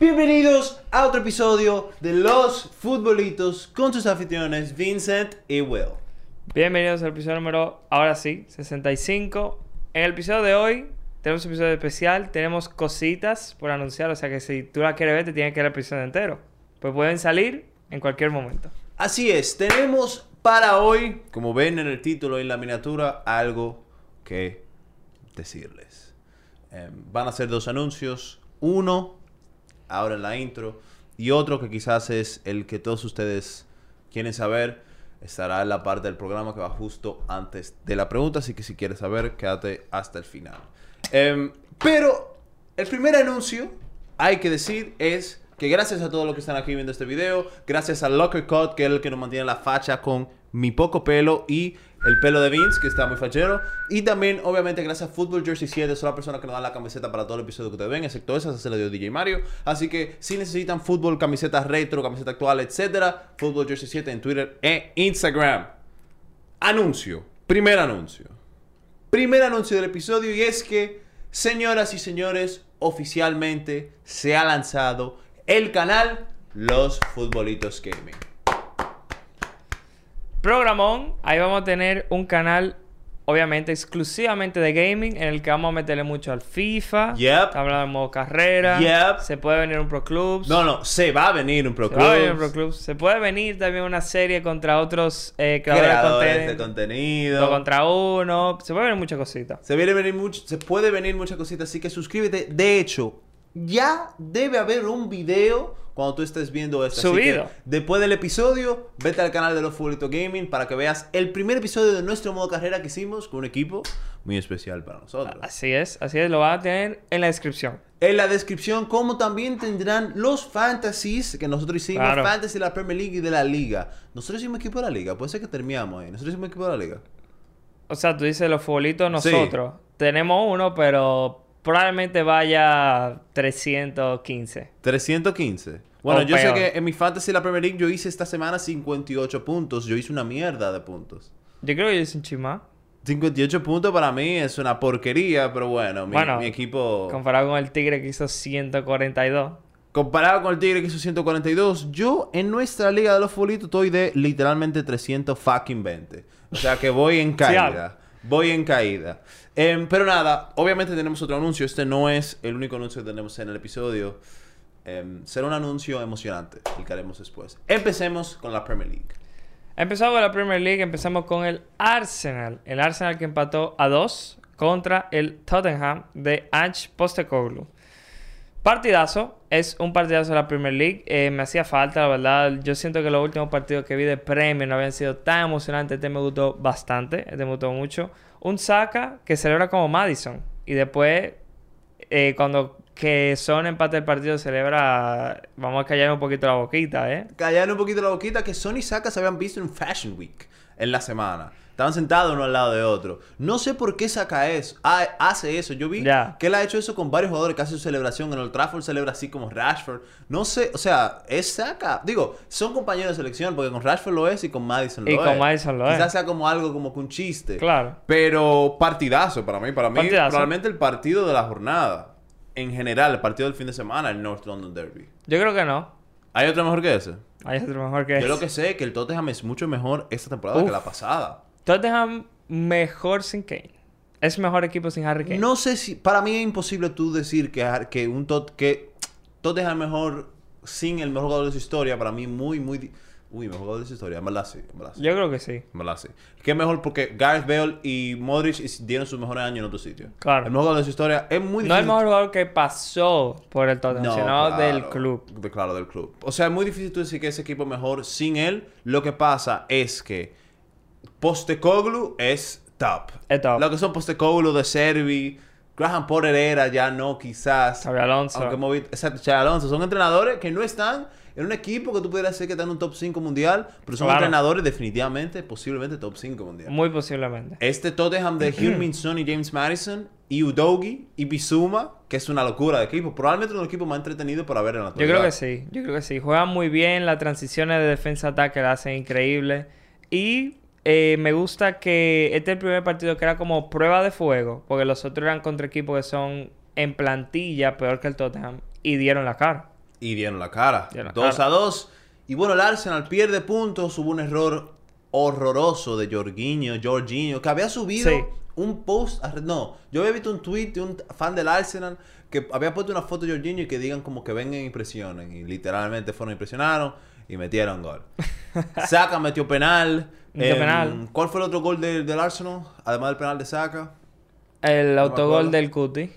Bienvenidos a otro episodio de Los Futbolitos con sus anfitriones Vincent y Will. Bienvenidos al episodio número, ahora sí, 65. En el episodio de hoy tenemos un episodio especial, tenemos cositas por anunciar, o sea que si tú la quieres ver te tienes que ver el episodio entero. Pues pueden salir en cualquier momento. Así es, tenemos para hoy, como ven en el título y en la miniatura, algo que decirles. Eh, van a ser dos anuncios, uno ahora en la intro y otro que quizás es el que todos ustedes quieren saber. Estará en la parte del programa que va justo antes de la pregunta, así que si quieres saber, quédate hasta el final. Em, pero el primer anuncio, hay que decir, es que gracias a todos los que están aquí viendo este video, gracias a Locker Cut, que es el que nos mantiene la facha con mi poco pelo y el pelo de Vince, que está muy fachero. Y también, obviamente, gracias a Football Jersey 7, son las personas que nos dan la camiseta para todo el episodio que ustedes ven, excepto esa, esa se la dio DJ Mario. Así que si necesitan fútbol, camisetas retro, camiseta actual, etcétera, Football Jersey 7 en Twitter e Instagram. Anuncio, primer anuncio primer anuncio del episodio y es que, señoras y señores, oficialmente se ha lanzado el canal Los Futbolitos Gaming. Programón, ahí vamos a tener un canal, obviamente, exclusivamente de gaming, en el que vamos a meterle mucho al FIFA. Yep. Estamos hablando de modo carrera. Yep. Se puede venir un Pro Clubs. No, no, se va a venir un Pro Se, va a venir un Clubs, Pro Clubs. Se puede venir también una serie contra otros eh, creadores, creadores de de contenido. contenido. Dos contra uno. Se puede venir muchas cositas. Se, viene venir mucho, se puede venir muchas cositas, así que suscríbete. De hecho, ya debe haber un video cuando tú estés viendo esto. así Subido. que después del episodio, vete al canal de Los Futbolitos Gaming para que veas el primer episodio de nuestro modo carrera que hicimos con un equipo muy especial para nosotros. Así es, así es, lo van a tener en la descripción. En la descripción, como también tendrán los fantasies que nosotros hicimos, Claro. fantasy de la Premier League y de la Liga. Nosotros hicimos equipo de la Liga, puede ser que terminamos ahí. Nosotros hicimos equipo de la Liga. O sea, tú dices los futbolitos nosotros. Tenemos uno, pero probablemente vaya 315. 315. Bueno, yo sé Oh, peor. que en mi fantasy de la Premier League yo hice esta semana 58 puntos. Yo hice una mierda de puntos. Yo creo que yo hice un chimá. 58 puntos para mí es una porquería, pero bueno, mi, Bueno, mi equipo... Comparado con el Tigre que hizo 142. Comparado con el Tigre que hizo 142, yo en nuestra liga de los futbolitos estoy de literalmente 300 fucking 20. O sea que voy en caída. voy en caída. Em, pero nada, obviamente tenemos otro anuncio. Este no es el único anuncio que tenemos en el episodio. Em, será un anuncio emocionante, el que haremos después. Empecemos con la Premier League. Empezamos con la Premier League, empezamos con el Arsenal. El Arsenal que empató a 2 contra el Tottenham de Ange Postecoglou. Partidazo, es un partidazo de la Premier League. Eh, me hacía falta, la verdad. Yo siento que los últimos partidos que vi de Premier no habían sido tan emocionantes. Este me gustó bastante, este me gustó mucho. Un Saka que celebra como Madison. Y después, eh, cuando que son empate el partido, celebra. Vamos a callar un poquito la boquita, ¿eh? Callar un poquito la boquita que Sony y Saka se habían visto en Fashion Week en la semana. Estaban sentados uno al lado de otro. No sé por qué Saka es, ha- hace eso. Yo vi Ya. que él ha hecho eso con varios jugadores que hace su celebración. En el Old Trafford celebra así como Rashford. No sé, o sea, es Saka. Digo, son compañeros de selección porque con Rashford lo es y con Madison lo Y es. con Maddison lo es. Quizás sea como algo como que un chiste. Claro. Pero partidazo para mí. Para mí, Partidazo. probablemente el partido de la jornada. En general, el partido del fin de semana, el North London Derby. Yo creo que no. ¿Hay otro mejor que ese? Hay otro mejor que Yo ese. lo que sé es que el Tottenham es mucho mejor esta temporada que Uf. la pasada. Tottenham mejor sin Kane. Es mejor equipo sin Harry Kane. No sé si... Para mí es imposible tú decir que, Har- que un tot, que Tottenham es mejor sin el mejor jugador de su historia. Para mí muy, muy... di- Uy, mejor jugador de su historia. En verdad sí, en verdad sí, Yo creo que sí. en verdad sí. Que mejor porque Gareth Bale y Modric is- dieron sus mejores años en otro sitio. Claro. El mejor jugador de su historia es muy difícil. No el mejor jugador que pasó por el Tottenham, No, sino claro. del club. De- claro, del club. O sea, es muy difícil tú decir que ese equipo es mejor sin él. Lo que pasa es que Postecoglou es top. Es top. Lo que son Postecoglou de Servi, Graham Potter era ya no, quizás. Xabi Alonso. Aunque hemos visto- exacto, Xabi Alonso. Son entrenadores que no están en un equipo que tú pudieras decir que están en un top 5 mundial, pero son Claro. entrenadores definitivamente, posiblemente top 5 mundial. Muy posiblemente. Este Tottenham de Heung-Min Mm-hmm. Son y James Madison y Udogi y Bizuma, que es una locura de equipo. Probablemente uno de los equipos más entretenidos para ver en la Yo creo actualidad. que sí. Yo creo que sí. Juegan muy bien. Las transiciones de defensa-ataque las hacen increíbles. Y eh, me gusta que este es el primer partido que era como prueba de fuego. Porque los otros eran contra equipos que son en plantilla peor que el Tottenham. Y dieron la cara. Y dieron la cara. Dieron la 2 cara. a 2. Y bueno, el Arsenal pierde puntos. Hubo un error horroroso de Jorginho, Jorginho, que había subido Sí. un post. a- No, yo había visto un tweet de un fan del Arsenal que había puesto una foto de Jorginho y que digan como que vengan y presionen. Y literalmente fueron y presionaron y metieron gol. Saca metió penal. Metió Em, penal. ¿Cuál fue el otro gol del, del Arsenal? Además del penal de Saca. El autogol acuerdo. del Cuti.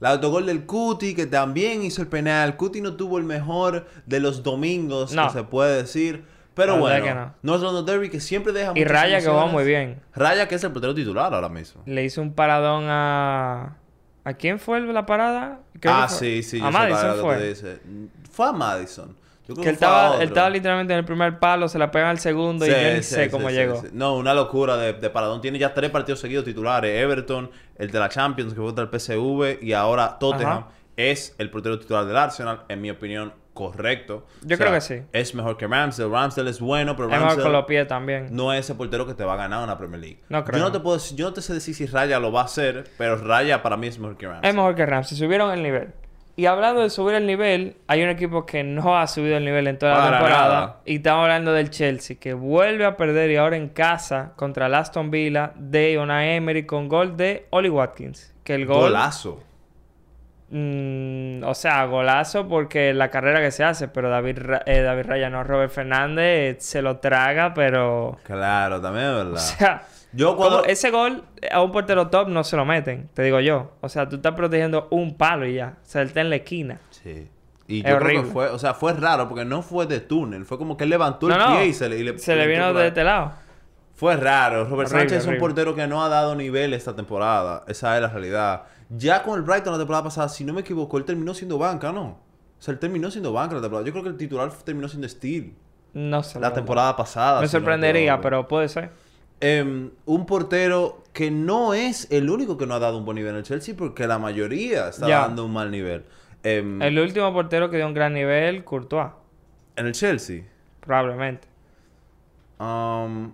La autogol del Cuti, que también hizo el penal. Cuti no tuvo el mejor de los domingos, No. que se puede decir. Pero La verdad bueno, que North London Derby que siempre deja Y muchas Raya que va emociones. muy bien. Raya que es el portero titular ahora mismo. Le hizo un paradón a... ¿A quién fue la parada? Creo ah, que fue- sí, sí. yo A sé para Madison lo fue. que tú dices. Fue a Madison. Yo creo Que él fue a estaba, él otro. estaba literalmente en el primer palo, se la pegan al segundo y Sí, yo ni sí, sé sí, cómo sí, llegó. sí. No, una locura de, de Paradón. Tiene ya tres partidos seguidos titulares. Everton, el de la Champions, que fue contra el PSV, y ahora Tottenham. Ajá. Es el portero titular del Arsenal, en mi opinión, correcto. Yo creo que sí. Es mejor que Ramsdell. Ramsdell es bueno, pero Es mejor con los Ramsdell pies también. no es el portero que te va a ganar una Premier League. No creo. Yo no te puedo decir- yo no te sé decir si Raya lo va a hacer, pero Raya para mí es mejor que Ramsdell. Es mejor que Ramsey. Subieron el nivel. Y hablando de subir el nivel, hay un equipo que no ha subido el nivel en toda la Para temporada. nada. Y estamos hablando del Chelsea, que vuelve a perder y ahora en casa contra el Aston Villa de Una Emery con gol de Oli Watkins. Que el gol. Golazo. mm, o sea, golazo porque la carrera que se hace, pero David, Ra- eh, David Raya, no, Robert Fernández eh, se lo traga, pero. Claro, también es verdad. O sea. yo Como cuando... ese gol eh, a un portero top no se lo meten, te digo yo. O sea, tú estás protegiendo un palo y ya. O sea, él está en la esquina. Sí. Y yo Es creo horrible. que fue, o sea, fue raro porque no fue de túnel, fue como que él levantó No, el no. pie y se le, y le- Se le vino entró de por este ahí. lado. Fue raro. Robert Horrible, Sánchez es un horrible. portero que no ha dado nivel esta temporada. Esa es la realidad. Ya con el Brighton la temporada pasada, si no me equivoco, él terminó siendo banca, ¿no? O sea, él terminó siendo banca la temporada. Yo creo que el titular terminó siendo Steel No sé. la verdad. temporada pasada. Me si no sorprendería, equivoco. pero puede ser. Em, un portero que no es el único que no ha dado un buen nivel en el Chelsea porque la mayoría está Ya. dando un mal nivel. Em, El último portero que dio un gran nivel, Courtois. En el Chelsea. Probablemente. Um,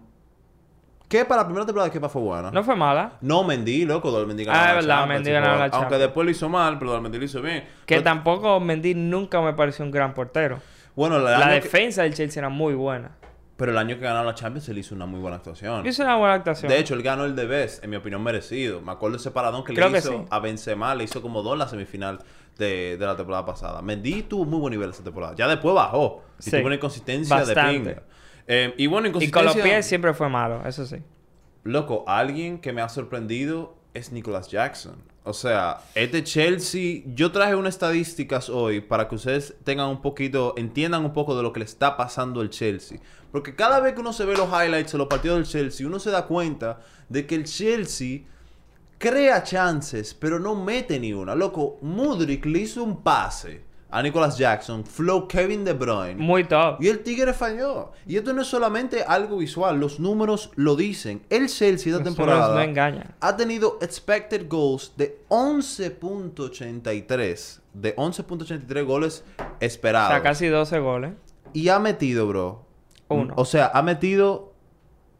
¿Qué para la primera temporada que fue buena? No fue mala. No, Mendy, loco, Dolmendy Ah, ganó es verdad, la Champions, Mendy tipo, ganó la Aunque Champions. después lo hizo mal, pero Dolmendy lo hizo bien. Que Pero- tampoco Mendy nunca me pareció un gran portero. bueno, el La año que- defensa del Chelsea era muy buena. pero el año que ganó la Champions, él hizo una muy buena actuación. Hizo una buena actuación. De hecho, él ganó el de Best, en mi opinión, merecido. Me acuerdo ese paradón que Creo le que hizo sí. a Benzema, le hizo como dos en la semifinal de, de la temporada pasada. Mendy tuvo muy buen nivel esa temporada. Ya después bajó. Y Sí. tuvo una inconsistencia Bastante. de pinga. Em, y bueno, y con inconsistencia... los pies siempre fue malo, eso sí. Loco, alguien que me ha sorprendido es Nicholas Jackson. O sea, este Chelsea, yo traje unas estadísticas hoy para que ustedes tengan un poquito, entiendan un poco de lo que le está pasando al Chelsea. Porque cada vez que uno se ve los highlights de los partidos del Chelsea, uno se da cuenta de que el Chelsea crea chances, pero no mete ni una. Loco, Mudrik le hizo un pase a Nicholas Jackson, flow Kevin De Bruyne. Muy top. Y el Tigre falló. Y esto no es solamente algo visual, los números lo dicen. El Chelsea esta Los temporada números no engañan. ha tenido expected goals de 11.83. De 11.83 goles O esperados. sea, casi 12 goles. Y ha metido, bro. Uno. O sea, ha metido.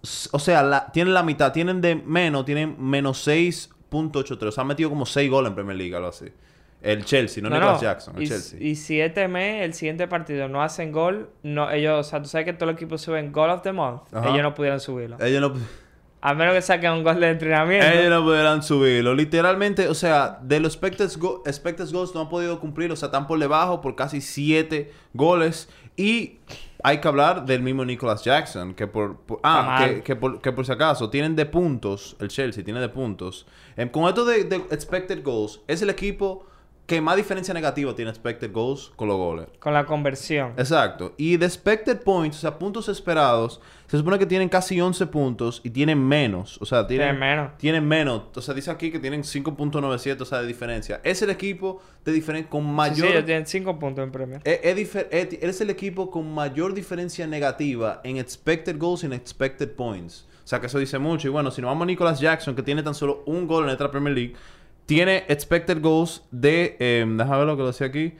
s- O sea, la- tienen la mitad. Tienen de menos. Tienen menos 6.83. O sea, ha metido como 6 goles en Premier League, algo así. El Chelsea, no, Nicholas Jackson. El y, Chelsea. y si este mes, el siguiente partido, no hacen gol, no, ellos, o sea, tú sabes que todos los equipos suben Goal of the Month, Ajá. ellos no pudieron subirlo. Ellos no. A menos que saquen un gol de entrenamiento. Ellos no podrán subirlo. Literalmente, o sea, de los expected, go- expected goals no han podido cumplir. O sea, están por debajo por casi 7 goles. Y hay que hablar del mismo Nicholas Jackson. Que por, por- ah, Está mal. que, que por, que por si acaso tienen de puntos. El Chelsea tiene de puntos. Em, con esto de, de expected goals, es el equipo que más diferencia negativa tiene expected goals con los goles. Con la conversión. Exacto. Y de expected points, o sea, puntos esperados, se supone que tienen casi 11 puntos y tienen menos. O sea, tienen, Tienen menos. Tienen menos. O sea, dice aquí que tienen 5.97, o sea, de diferencia. Es el equipo de diferen- con Sí, mayor... ellos tienen 5 puntos en premio. Eh, eh, difer- eh, ti- es el equipo con mayor diferencia negativa en expected goals y en expected points. O sea, que eso dice mucho. Y bueno, si nos vamos a Nicholas Jackson, que tiene tan solo un gol en esta Premier League, tiene expected goals de... eh, déjame ver lo que lo decía aquí.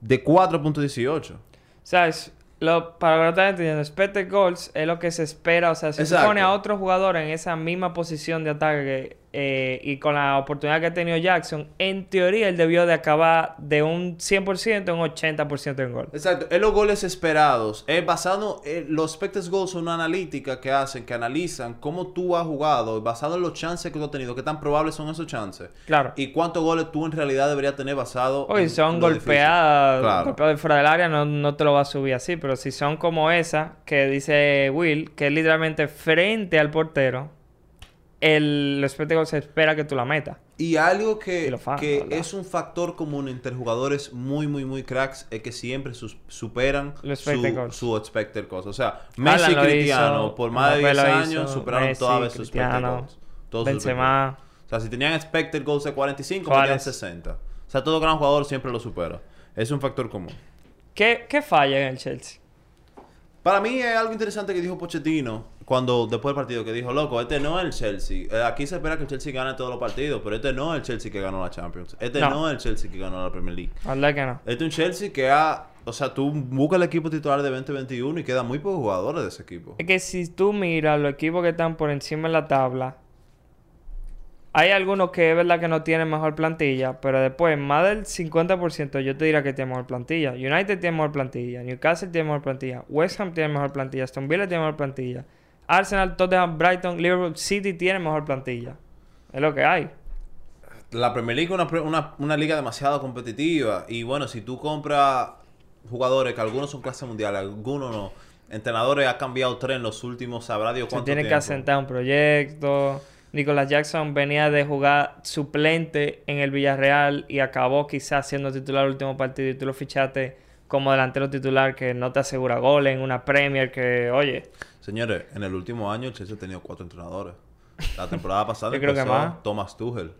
De 4.18. O sea, es- lo, para lo que no entendiendo, expected goals es lo que se espera. O sea, si tú Exacto. pones a otro jugador en esa misma posición de ataque eh, y con la oportunidad que ha tenido Jackson, en teoría él debió de acabar de un 100% a un 80% en gol. Exacto, es los goles esperados. Es basado en los expected goals, son una analítica que hacen, que analizan cómo tú has jugado, basado en los chances que tú has tenido, qué tan probables son esos chances. Claro. Y cuántos goles tú en realidad deberías tener basado. Oye, en son lo difícil. golpeadas, Claro. golpeadas de fuera del área, no, no te lo va a subir así. Pero si son como esa, que dice Will, que es literalmente frente al portero, el espectáculo se espera que tú la metas. Y algo Y que, los fans, que ¿verdad? es un factor común entre jugadores muy, muy, muy cracks es que siempre sus- superan Los expected su, goals. su expected goals. O sea, Messi y lo hizo, Cristiano por más de Mbappé 10 lo años hizo, superaron Messi, todas sus expected Cristiano, goals. Todos sus expected goals. Benzema. O sea, si tenían expected goals de 45, Juárez. tenían 60. pues O sea, todo gran jugador siempre lo supera. Es un factor común. ¿Qué, ¿Qué falla en el Chelsea? Para mí es algo interesante que dijo Pochettino cuando después del partido que dijo, loco, este no es el Chelsea. Eh, Aquí se espera que el Chelsea gane todos los partidos, pero este no es el Chelsea que ganó la Champions. Este No. no, es el Chelsea que ganó la Premier League. La verdad que no. Este es un Chelsea que ha... O sea, tú buscas el equipo titular de 2021 y quedan muy pocos jugadores de ese equipo. Es que si tú miras los equipos que están por encima de la tabla, hay algunos que es verdad que no tienen mejor plantilla, pero después, más del 50%, yo te diría que tiene mejor plantilla. United tiene mejor plantilla, Newcastle tiene mejor plantilla, West Ham tiene mejor plantilla, Aston Villa tiene mejor plantilla, Arsenal, Tottenham, Brighton, Liverpool, City tiene mejor plantilla. Es lo que hay. La Premier League es una, pre- una- una liga demasiado competitiva. Y bueno, si tú compras jugadores que algunos son clase mundial, algunos no. Entrenadores ha cambiado tres en los últimos, sabrá Dios Se cuánto tiene que tiempo. asentar un proyecto. Nicolas Jackson venía de jugar suplente en el Villarreal y acabó quizás siendo titular el último partido y tú lo fichaste como delantero titular que no te asegura goles en una Premier que, oye, Señores, en el último año el Chelsea ha tenido cuatro entrenadores. La temporada pasada Yo creo que empezó más. Thomas Tuchel.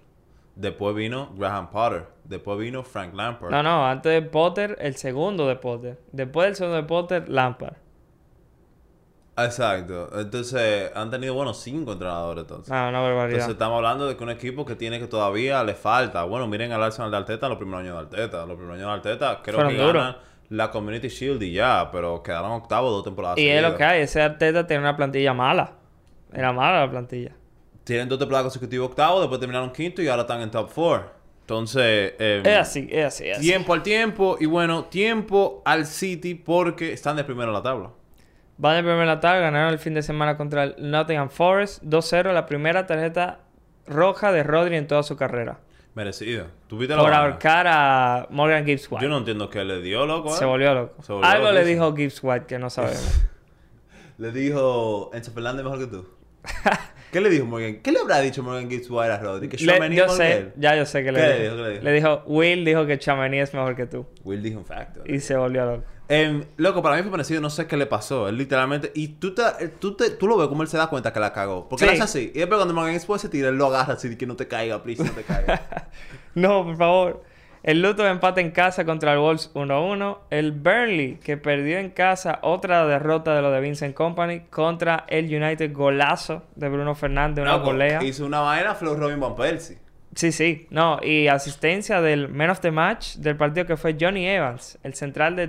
Después vino Graham Potter. Después vino Frank Lampard. no, no, antes de Potter, el segundo de Potter. Después del segundo de Potter, Lampard. Exacto. Entonces, han tenido, bueno, cinco entrenadores entonces. No, una Entonces barbaridad. estamos hablando de que un equipo que tiene que todavía le falta. Bueno, miren al Arsenal de Arteta los primeros años de Arteta. Los primeros años de Arteta creo Fueron que duros. ganan la Community Shield y ya, pero quedaron octavos dos temporadas y es lo seguidas. que hay, ese Arteta tiene una plantilla mala. Era mala la plantilla. Tienen dos temporadas consecutivas octavos, después terminaron quinto y ahora están en top four. Entonces, eh, Es así, es así, es así. tiempo al tiempo y bueno, tiempo al City porque están de primero en la tabla. Van de primera tarde, ganaron el fin de semana contra el Nottingham Forest 2-0, la primera tarjeta roja de Rodri en toda su carrera. Merecido. ¿Tuviste la Por vaina? ahorcar a Morgan Gibbs White. Yo no entiendo qué le dio, loco. ¿eh? Se volvió loco. Se volvió Algo le loquísimo. dijo Gibbs White que no sabemos. Le dijo Enzo Fernández mejor que tú. ¿Qué le dijo Morgan? ¿Qué le habrá dicho Morgan Gibbs White a Rodri? Que Le- Tchouameni yo es mejor que sé, él. ya yo sé que le ¿Qué le dijo. dijo? ¿Qué le dijo? Le dijo, Will dijo que Chamení es mejor que tú. Will dijo un facto. Y se volvió loco. Em, loco, para mí fue parecido, no sé qué le pasó. Él literalmente. Y tú, te- eh, tú, te- tú lo ves como él se da cuenta que la cagó. Porque Sí. él hace así. Y después cuando Morgan Gibbs White se tira, él lo agarra así de que no te caiga, please, no te caiga. No, por favor. El Luton empate en casa contra el Wolves 1-1. El Burnley, que perdió en casa otra derrota de lo de Vincent Company contra el United. Golazo de Bruno Fernández, una Loco, golea. Hizo una vaina, Flow Robin Van Persie. Sí, sí. No, y asistencia del Man of the Match del partido que fue Johnny Evans, el central de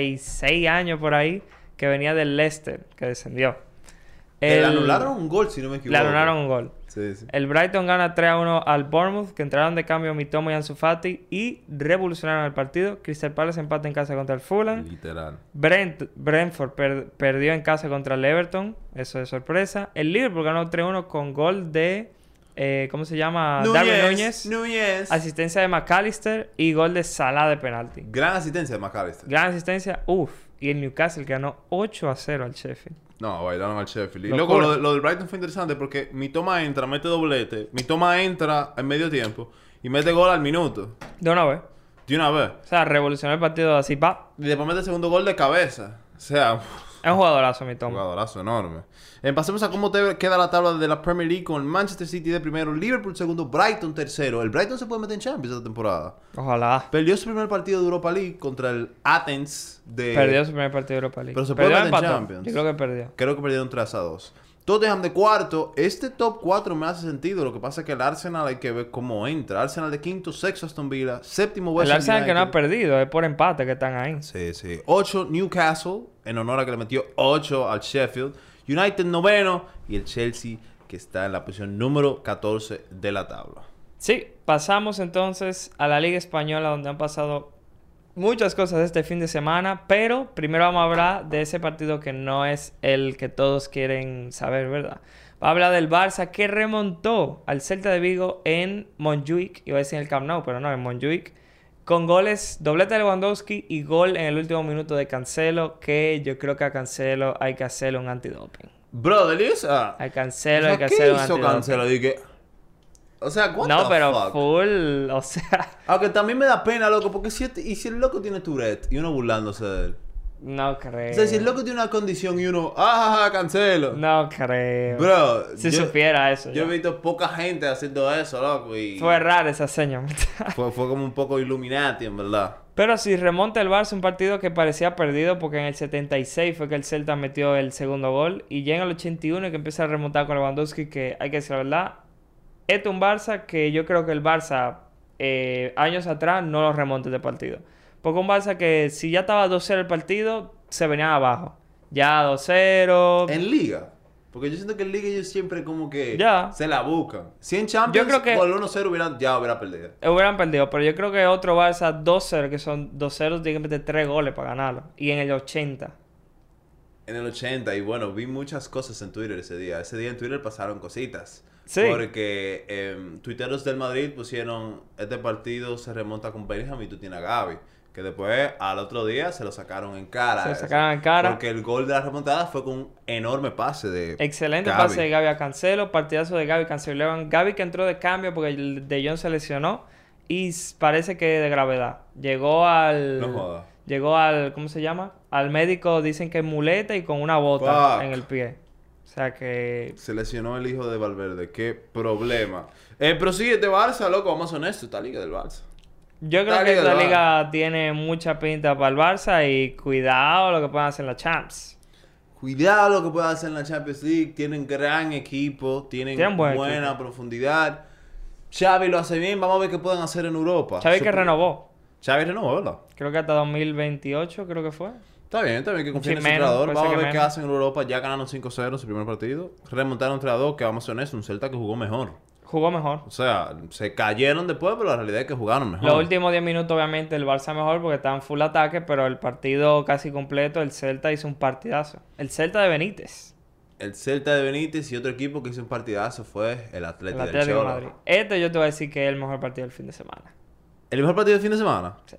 36 años por ahí, que venía del Leicester, que descendió. Que Le El- anularon un gol, si no me equivoco. Le anularon un gol. Sí, sí. El Brighton gana 3 a 1 al Bournemouth, que entraron de cambio Mitomo y Ansu Fati y revolucionaron el partido. Crystal Palace empata en casa contra el Fulham. Literal. Brent, Brentford per- perdió en casa contra el Everton, eso de sorpresa. El Liverpool ganó 3 a 1 con gol de, eh, ¿cómo se llama? Darwin Núñez. Núñez. Asistencia de McAllister y gol de Salah de penalti. Gran asistencia de este. McAllister. Gran asistencia, uff. Y el Newcastle ganó 8 a 0 al Sheffield. No, bailaron al Sheffield. Y Locura. luego lo, de- lo del Brighton fue interesante porque mi toma entra, mete doblete. Mi toma entra en medio tiempo y mete gol al minuto. De una vez. De una vez. O sea, revolucionó el partido así, pa. Y después mete el segundo gol de cabeza. O sea, Es un jugadorazo, mi un tomo. jugadorazo enorme. Eh, pasemos a cómo te queda la tabla de la Premier League con Manchester City de primero, Liverpool segundo, Brighton tercero. El Brighton se puede meter en Champions esta temporada. Ojalá. Perdió su primer partido de Europa League contra el Athens de... Perdió su primer partido de Europa League. Eh, pero se Perdió puede meter en empató. Champions. Yo creo que perdió. Creo que perdieron 3 a 2. Tottenham de cuarto. Este top 4 me hace sentido. Lo que pasa es que el Arsenal hay que ver cómo entra. Arsenal de quinto, sexto Aston Villa, séptimo West El Ham Arsenal que no ha United. perdido, es por empate que están ahí. Sí, sí. 8 Newcastle, en honor a que le metió 8 al Sheffield. United noveno y el Chelsea que está en la posición número 14 de la tabla. Sí, pasamos entonces a la Liga Española donde han pasado muchas cosas este fin de semana, pero primero vamos a hablar de ese partido que no es el que todos quieren saber, ¿verdad? Va a hablar del Barça que remontó al Celta de Vigo en Montjuic, iba a decir en el Camp Nou, pero no, en Montjuic, con goles, doblete de Lewandowski y gol en el último minuto de Cancelo, que yo creo que a Cancelo hay que hacerle un antidoping. Brother, ¿y esa? A O Cancelo sea, hay que ¿Qué hacerle un hizo antidoping. Cancelo? Dije, o sea, ¿cuánto No, pero full, o sea, Aunque también me da pena, loco, porque si, este- y si el loco tiene Tourette y uno burlándose de él. no creo. O sea, si el loco tiene una condición y uno, ah, ja, ja, cancelo. Eh. No creo. Bro, si yo, supiera eso. yo ya. he visto poca gente haciendo eso, loco. Y Fue rara esa seña. fue, fue como un poco Illuminati, en verdad. Pero si remonta el Barça, un partido que parecía perdido porque en el 76 fue que el Celta metió el segundo gol y llega el 81 y que empieza a remontar con Lewandowski que hay que decir la verdad. Este es un Barça que yo creo que el Barça eh, años atrás no lo remonta este partido. Porque un Barça que si ya estaba 2-0 el partido, se venía abajo. Ya 2-0. En liga. Porque yo siento que en liga ellos siempre como que Ya. se la buscan. Si en Champions Yo creo que- con el 1-0 hubieran, ya hubiera perdido. Hubieran perdido, pero yo creo que otro Barça 2-0, que son 2-0, tiene que meter 3 goles para ganarlo. Y en el 80. En el 80, y bueno, vi muchas cosas en Twitter ese día. Ese día en Twitter pasaron cositas. Sí. Porque em, tuiteros del Madrid pusieron, este partido se remonta con Bellingham y tú tienes a Gaby. Que después, al otro día, se lo sacaron en cara. Se lo eso. sacaron en cara. Porque el gol de la remontada fue con un enorme pase de Excelente Gavi. pase de Gaby a Cancelo, partidazo de Gaby Cancelo. Gaby que entró de cambio porque el De Jong se lesionó y s- parece que de gravedad. Llegó al No jodas. llegó al ¿cómo se llama? Al médico dicen que muleta y con una bota Fuck. en el pie. O sea que Se lesionó el hijo de Valverde. Qué problema. Eh, pero sí, este Barça, loco, vamos a ser honestos. Esta liga del Barça. yo creo Esta que liga esta del liga tiene mucha pinta para el Barça y cuidado lo que puedan hacer los Champs. Cuidado lo que pueda hacer en la Champions League. Tienen gran equipo. Tienen, Tienen buen buena equipo. profundidad. Xavi lo hace bien. Vamos a ver qué pueden hacer en Europa. Xavi que Supo- renovó, Xavi renovó, ¿verdad? creo que hasta 2028 creo que fue. Está bien, está bien que confíen en Sí, su menos, entrenador. puede Vamos a ser ver que qué menos. hacen en Europa. Ya ganaron 5-0 su primer partido. Remontaron 3-2, que vamos a ser honestos. Un Celta que jugó mejor. Jugó mejor. O sea, se cayeron después, pero la realidad es que jugaron mejor. Los últimos 10 minutos, obviamente, el Barça mejor porque estaban full ataque, pero el partido casi completo, el Celta hizo un partidazo. El Celta de Benítez, El Celta de Benítez y otro equipo que hizo un partidazo fue el el Atlético, del Atlético de Cholo. Madrid. Este yo te voy a decir que es el mejor partido del fin de semana. ¿El mejor partido del fin de semana? Sí.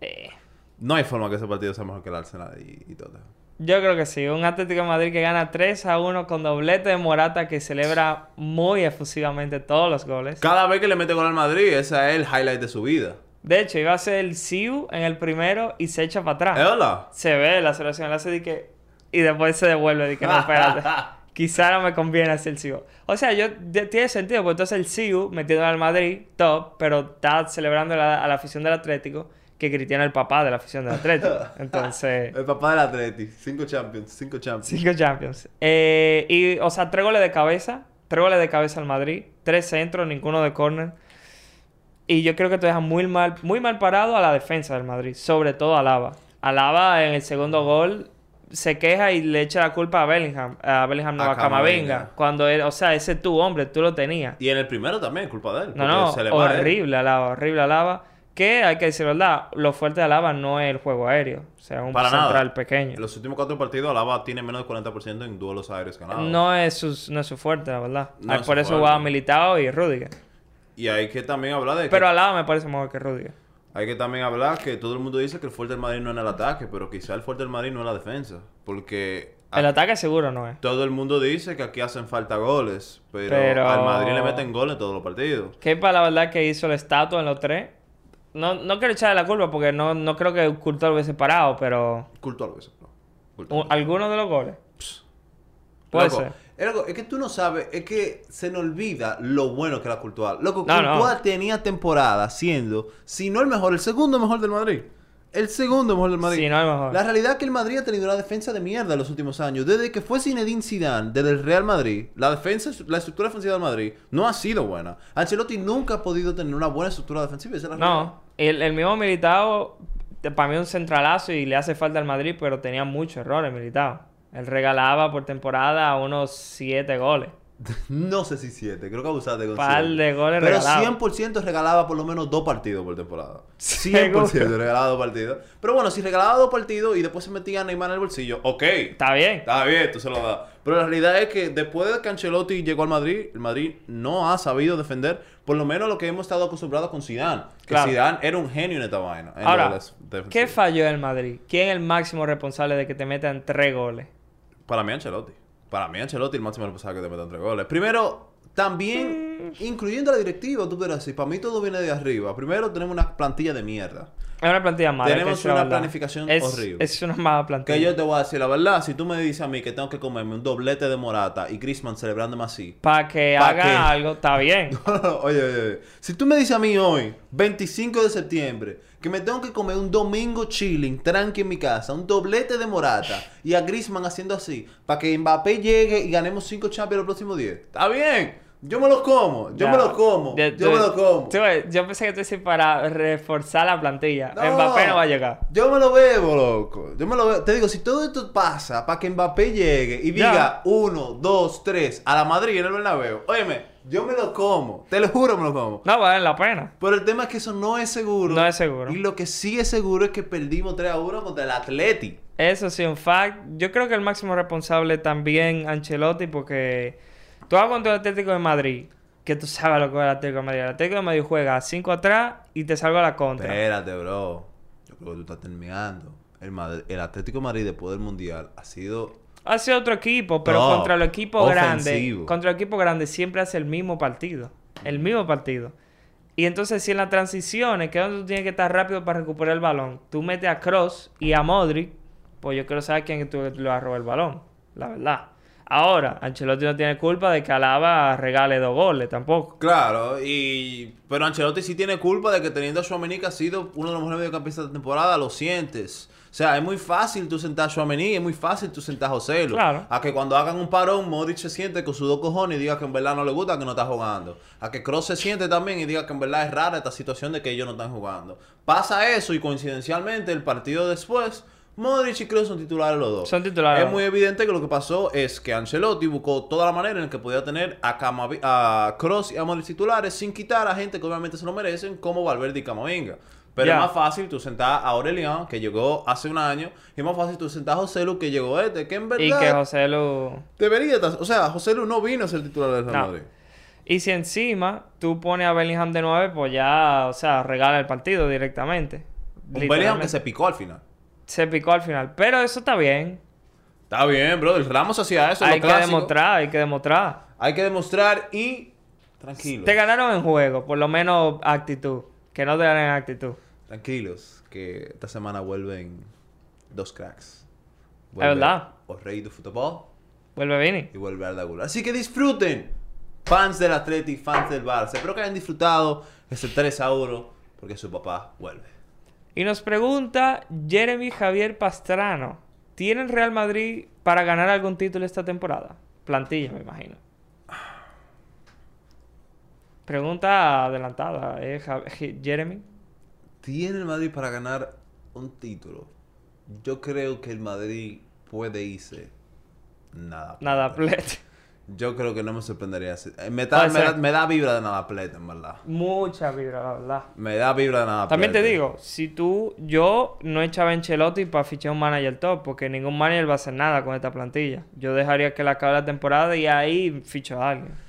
No hay forma que ese partido sea mejor que el Arsenal y, y Tottenham. Yo creo que sí. Un Atlético de Madrid que gana 3 a 1 con doblete de Morata que celebra muy efusivamente todos los goles. Cada vez que le mete gol al Madrid, ese es el highlight de su vida. De hecho, iba a ser el Siu en el primero y se echa para atrás. ¿Eh, hola? Se ve la celebración, la hace de que... Y después se devuelve de que no, espérate. Quizá no me conviene hacer el CIU. O sea, yo de- tiene sentido, porque entonces el CIU metiendo al Madrid, top, pero está celebrando la- a la afición del Atlético que Cristiano es el papá de la afición del Atlético. Entonces, El papá del Atleti. Cinco Champions, cinco Champions. cinco Champions. Eh, y, o sea, tres goles de cabeza, tres goles de cabeza al Madrid, tres centros, ninguno de córner. Y yo creo que te deja muy mal, muy mal parado a la defensa del Madrid, sobre todo a Alaba. Alaba en el segundo gol se queja y le echa la culpa a Bellingham, a Bellingham no A a Camavinga. Camavinga. Cuando él, o sea, ese es tu hombre, tú lo tenías. Y en el primero también, culpa de él. No, porque no, se le va a él. horrible Alaba, horrible Alaba. Que hay que decir la verdad, lo fuerte de Alaba no es el juego aéreo, o sea, un Para nada. central pequeño. En los últimos cuatro partidos, Alaba tiene menos del 40% en duelos aéreos ganados. No es, su, no es su fuerte, la verdad. Ah, No Ay, es su por eso fuerte. jugaba Militao y Rudiger. Y hay que también hablar de que Pero Alaba me parece mejor que Rudiger. Hay que también hablar que todo el mundo dice que el fuerte del Madrid no es en el ataque, pero quizá el fuerte del Madrid no es la defensa. Porque a- El ataque seguro no es. todo el mundo dice que aquí hacen falta goles, pero, Pero- al Madrid le meten goles en todos los partidos. Kepa, la verdad, que hizo la estatua en los tres. No, no quiero echarle la culpa porque no, no creo que Courtois lo hubiese parado, pero... Culto algo eso, bro. Culto u- algo. ¿Alguno de los goles? Puede Loco, ser. eh, loco, es que tú no sabes, es que se nos olvida lo bueno que era Courtois. Loco, No, no. Courtois tenía temporada siendo, si no el mejor, el segundo mejor del Madrid. El segundo mejor del Madrid. Si no, es mejor. La realidad es que el Madrid ha tenido una defensa de mierda en los últimos años. Desde que fue Zinedine Zidane, desde el Real Madrid, la defensa, la estructura defensiva del Madrid no ha sido buena. Ancelotti nunca ha podido tener una buena estructura defensiva. esa es la realidad. No, el, el mismo Militao, te- para mí es un centralazo y le hace falta al Madrid, pero tenía muchos errores Militao. Él regalaba por temporada unos siete goles. No sé si siete, creo que abusaste con Par siete. de goles Pero regalados. 100% regalaba por lo menos dos partidos por temporada. 100% Seguro. regalaba dos partidos. Pero bueno, si regalaba dos partidos y después se metía a Neymar en el bolsillo, ok. Está bien. Está bien, tú se lo das. Pero la realidad es que después de que Ancelotti llegó al Madrid, el Madrid no ha sabido defender, por lo menos lo que hemos estado acostumbrados con Zidane. Que Claro. Zidane era un genio en esta vaina. en Ahora, lo de las defensivas. ¿qué falló el Madrid? ¿Quién es el máximo responsable de que te metan tres goles? Para mí Ancelotti. Para mí Ancelotti el máximo responsable que te metan tres goles. Primero, también, incluyendo la directiva, tú verás, si para mí todo viene de arriba. Primero tenemos una plantilla de mierda. Es una plantilla mala. hay que Tenemos decir la una verdad. planificación es, horrible. Es una mala Que plantilla. yo te voy a decir la verdad, si tú me dices a mí que tengo que comerme un doblete de Morata y Griezmann celebrándome así. Para que ¿Pa' haga qué? algo, está bien. oye, oye, oye. Si tú me dices a mí hoy, 25 de septiembre, que me tengo que comer un domingo chilling, tranqui en mi casa, un doblete de Morata y a Griezmann haciendo así, para que Mbappé llegue y ganemos 5 Champions los próximos 10. Está bien. Yo me lo como. Yo Ya. me lo como. Ya, yo tú- me lo como. tú ves, yo pensé que tú decías para reforzar la plantilla. No. Mbappé no va a llegar. Yo me lo bebo, loco. Yo me lo bebo. Te digo, si todo esto pasa para que Mbappé llegue y diga Ya. 1, 2, 3 a la Madrid en el Bernabéu. Óyeme, yo me lo como. Te lo juro, me lo como. No vale la pena. Pero el tema es que eso no es seguro. No es seguro. Y lo que sí es seguro es que perdimos 3 a 1 contra el Atleti. Eso sí, en fact, yo creo que el máximo responsable también Ancelotti, porque tú vas contra el Atlético de Madrid, que tú sabes lo que es el Atlético de Madrid. El Atlético de Madrid juega 5 atrás y te salva la contra. Espérate, bro. Yo creo que tú estás terminando. El, Madrid- el Atlético de Madrid después del Mundial ha sido... Hace otro equipo, pero No, contra los equipos grandes. ofensivo. Contra el equipo grande siempre hace el mismo partido. El mismo partido. Y entonces, si en las transiciones, que es donde tú tienes que estar rápido para recuperar el balón, tú metes a Cross y a Modric, pues yo quiero saber quién tú le vas a robar el balón. La verdad. Ahora, Ancelotti no tiene culpa de que Alaba regale dos goles tampoco. Claro, y... Pero Ancelotti sí tiene culpa de que teniendo a Chouameni ha sido uno de los mejores mediocampistas de la temporada, lo sientes. O sea, es muy fácil tú sentar a Chouameni, es muy fácil tú sentar a José. Claro. A que cuando hagan un parón, Modric se siente con sus dos cojones y diga que en verdad no le gusta que no está jugando. A que Cross se siente también y diga que en verdad es rara esta situación de que ellos no están jugando. Pasa eso y coincidencialmente el partido después, Modric y Kroos son titulares los dos. Son titulares. Es muy evidente que lo que pasó es que Ancelotti buscó toda la manera en la que podía tener a, Camavi- a Cross y a Modric titulares sin quitar a gente que obviamente se lo merecen, como Valverde y Camavinga. Pero Ya. es más fácil tú sentar a Aurelian, que llegó hace un año, y es más fácil tú sentar a José Lu, que llegó este, que en verdad... Y que José lo. Debería estar- O sea, José Lu no vino a ser titular del Real No. Madrid. Y si encima tú pones a Bellingham de 9, pues ya, o sea, regala el partido directamente. Un Bellingham Literalmente. que se picó al final. se picó al final. Pero eso está bien. Está bien, bro. El Ramos hacía eso. hay lo que clásico. demostrar, hay que demostrar. Hay que demostrar y. Tranquilos. Te ganaron en juego, por lo menos actitud. Que no te ganen en actitud. Tranquilos, que esta semana vuelven dos cracks. Es verdad. O Rey de Fútbol Vuelve Vini. y vuelve Arda Güler. Así que disfruten, fans del Atleti, fans del Barça. Espero que hayan disfrutado ese 3 a 1 porque su papá vuelve. Y nos pregunta Jeremy Javier Pastrano. ¿Tiene el Real Madrid para ganar algún título esta temporada? Plantilla, me imagino. Pregunta adelantada, ¿eh, Ja- Je- Jeremy? ¿Tiene el Madrid para ganar un título? Yo creo que el Madrid puede irse. Nada. Nada, plete. plete. Yo creo que no me sorprendería. si- eh, Me da, Puede me da- ser. me da vibra de nada plete, en verdad. Mucha vibra, la verdad. Me da vibra de nada También te plete. digo, si tú, yo no echaba a Ancelotti para fichar un manager top, porque ningún manager va a hacer nada con esta plantilla. Yo dejaría que la acabe la temporada y ahí ficho a alguien.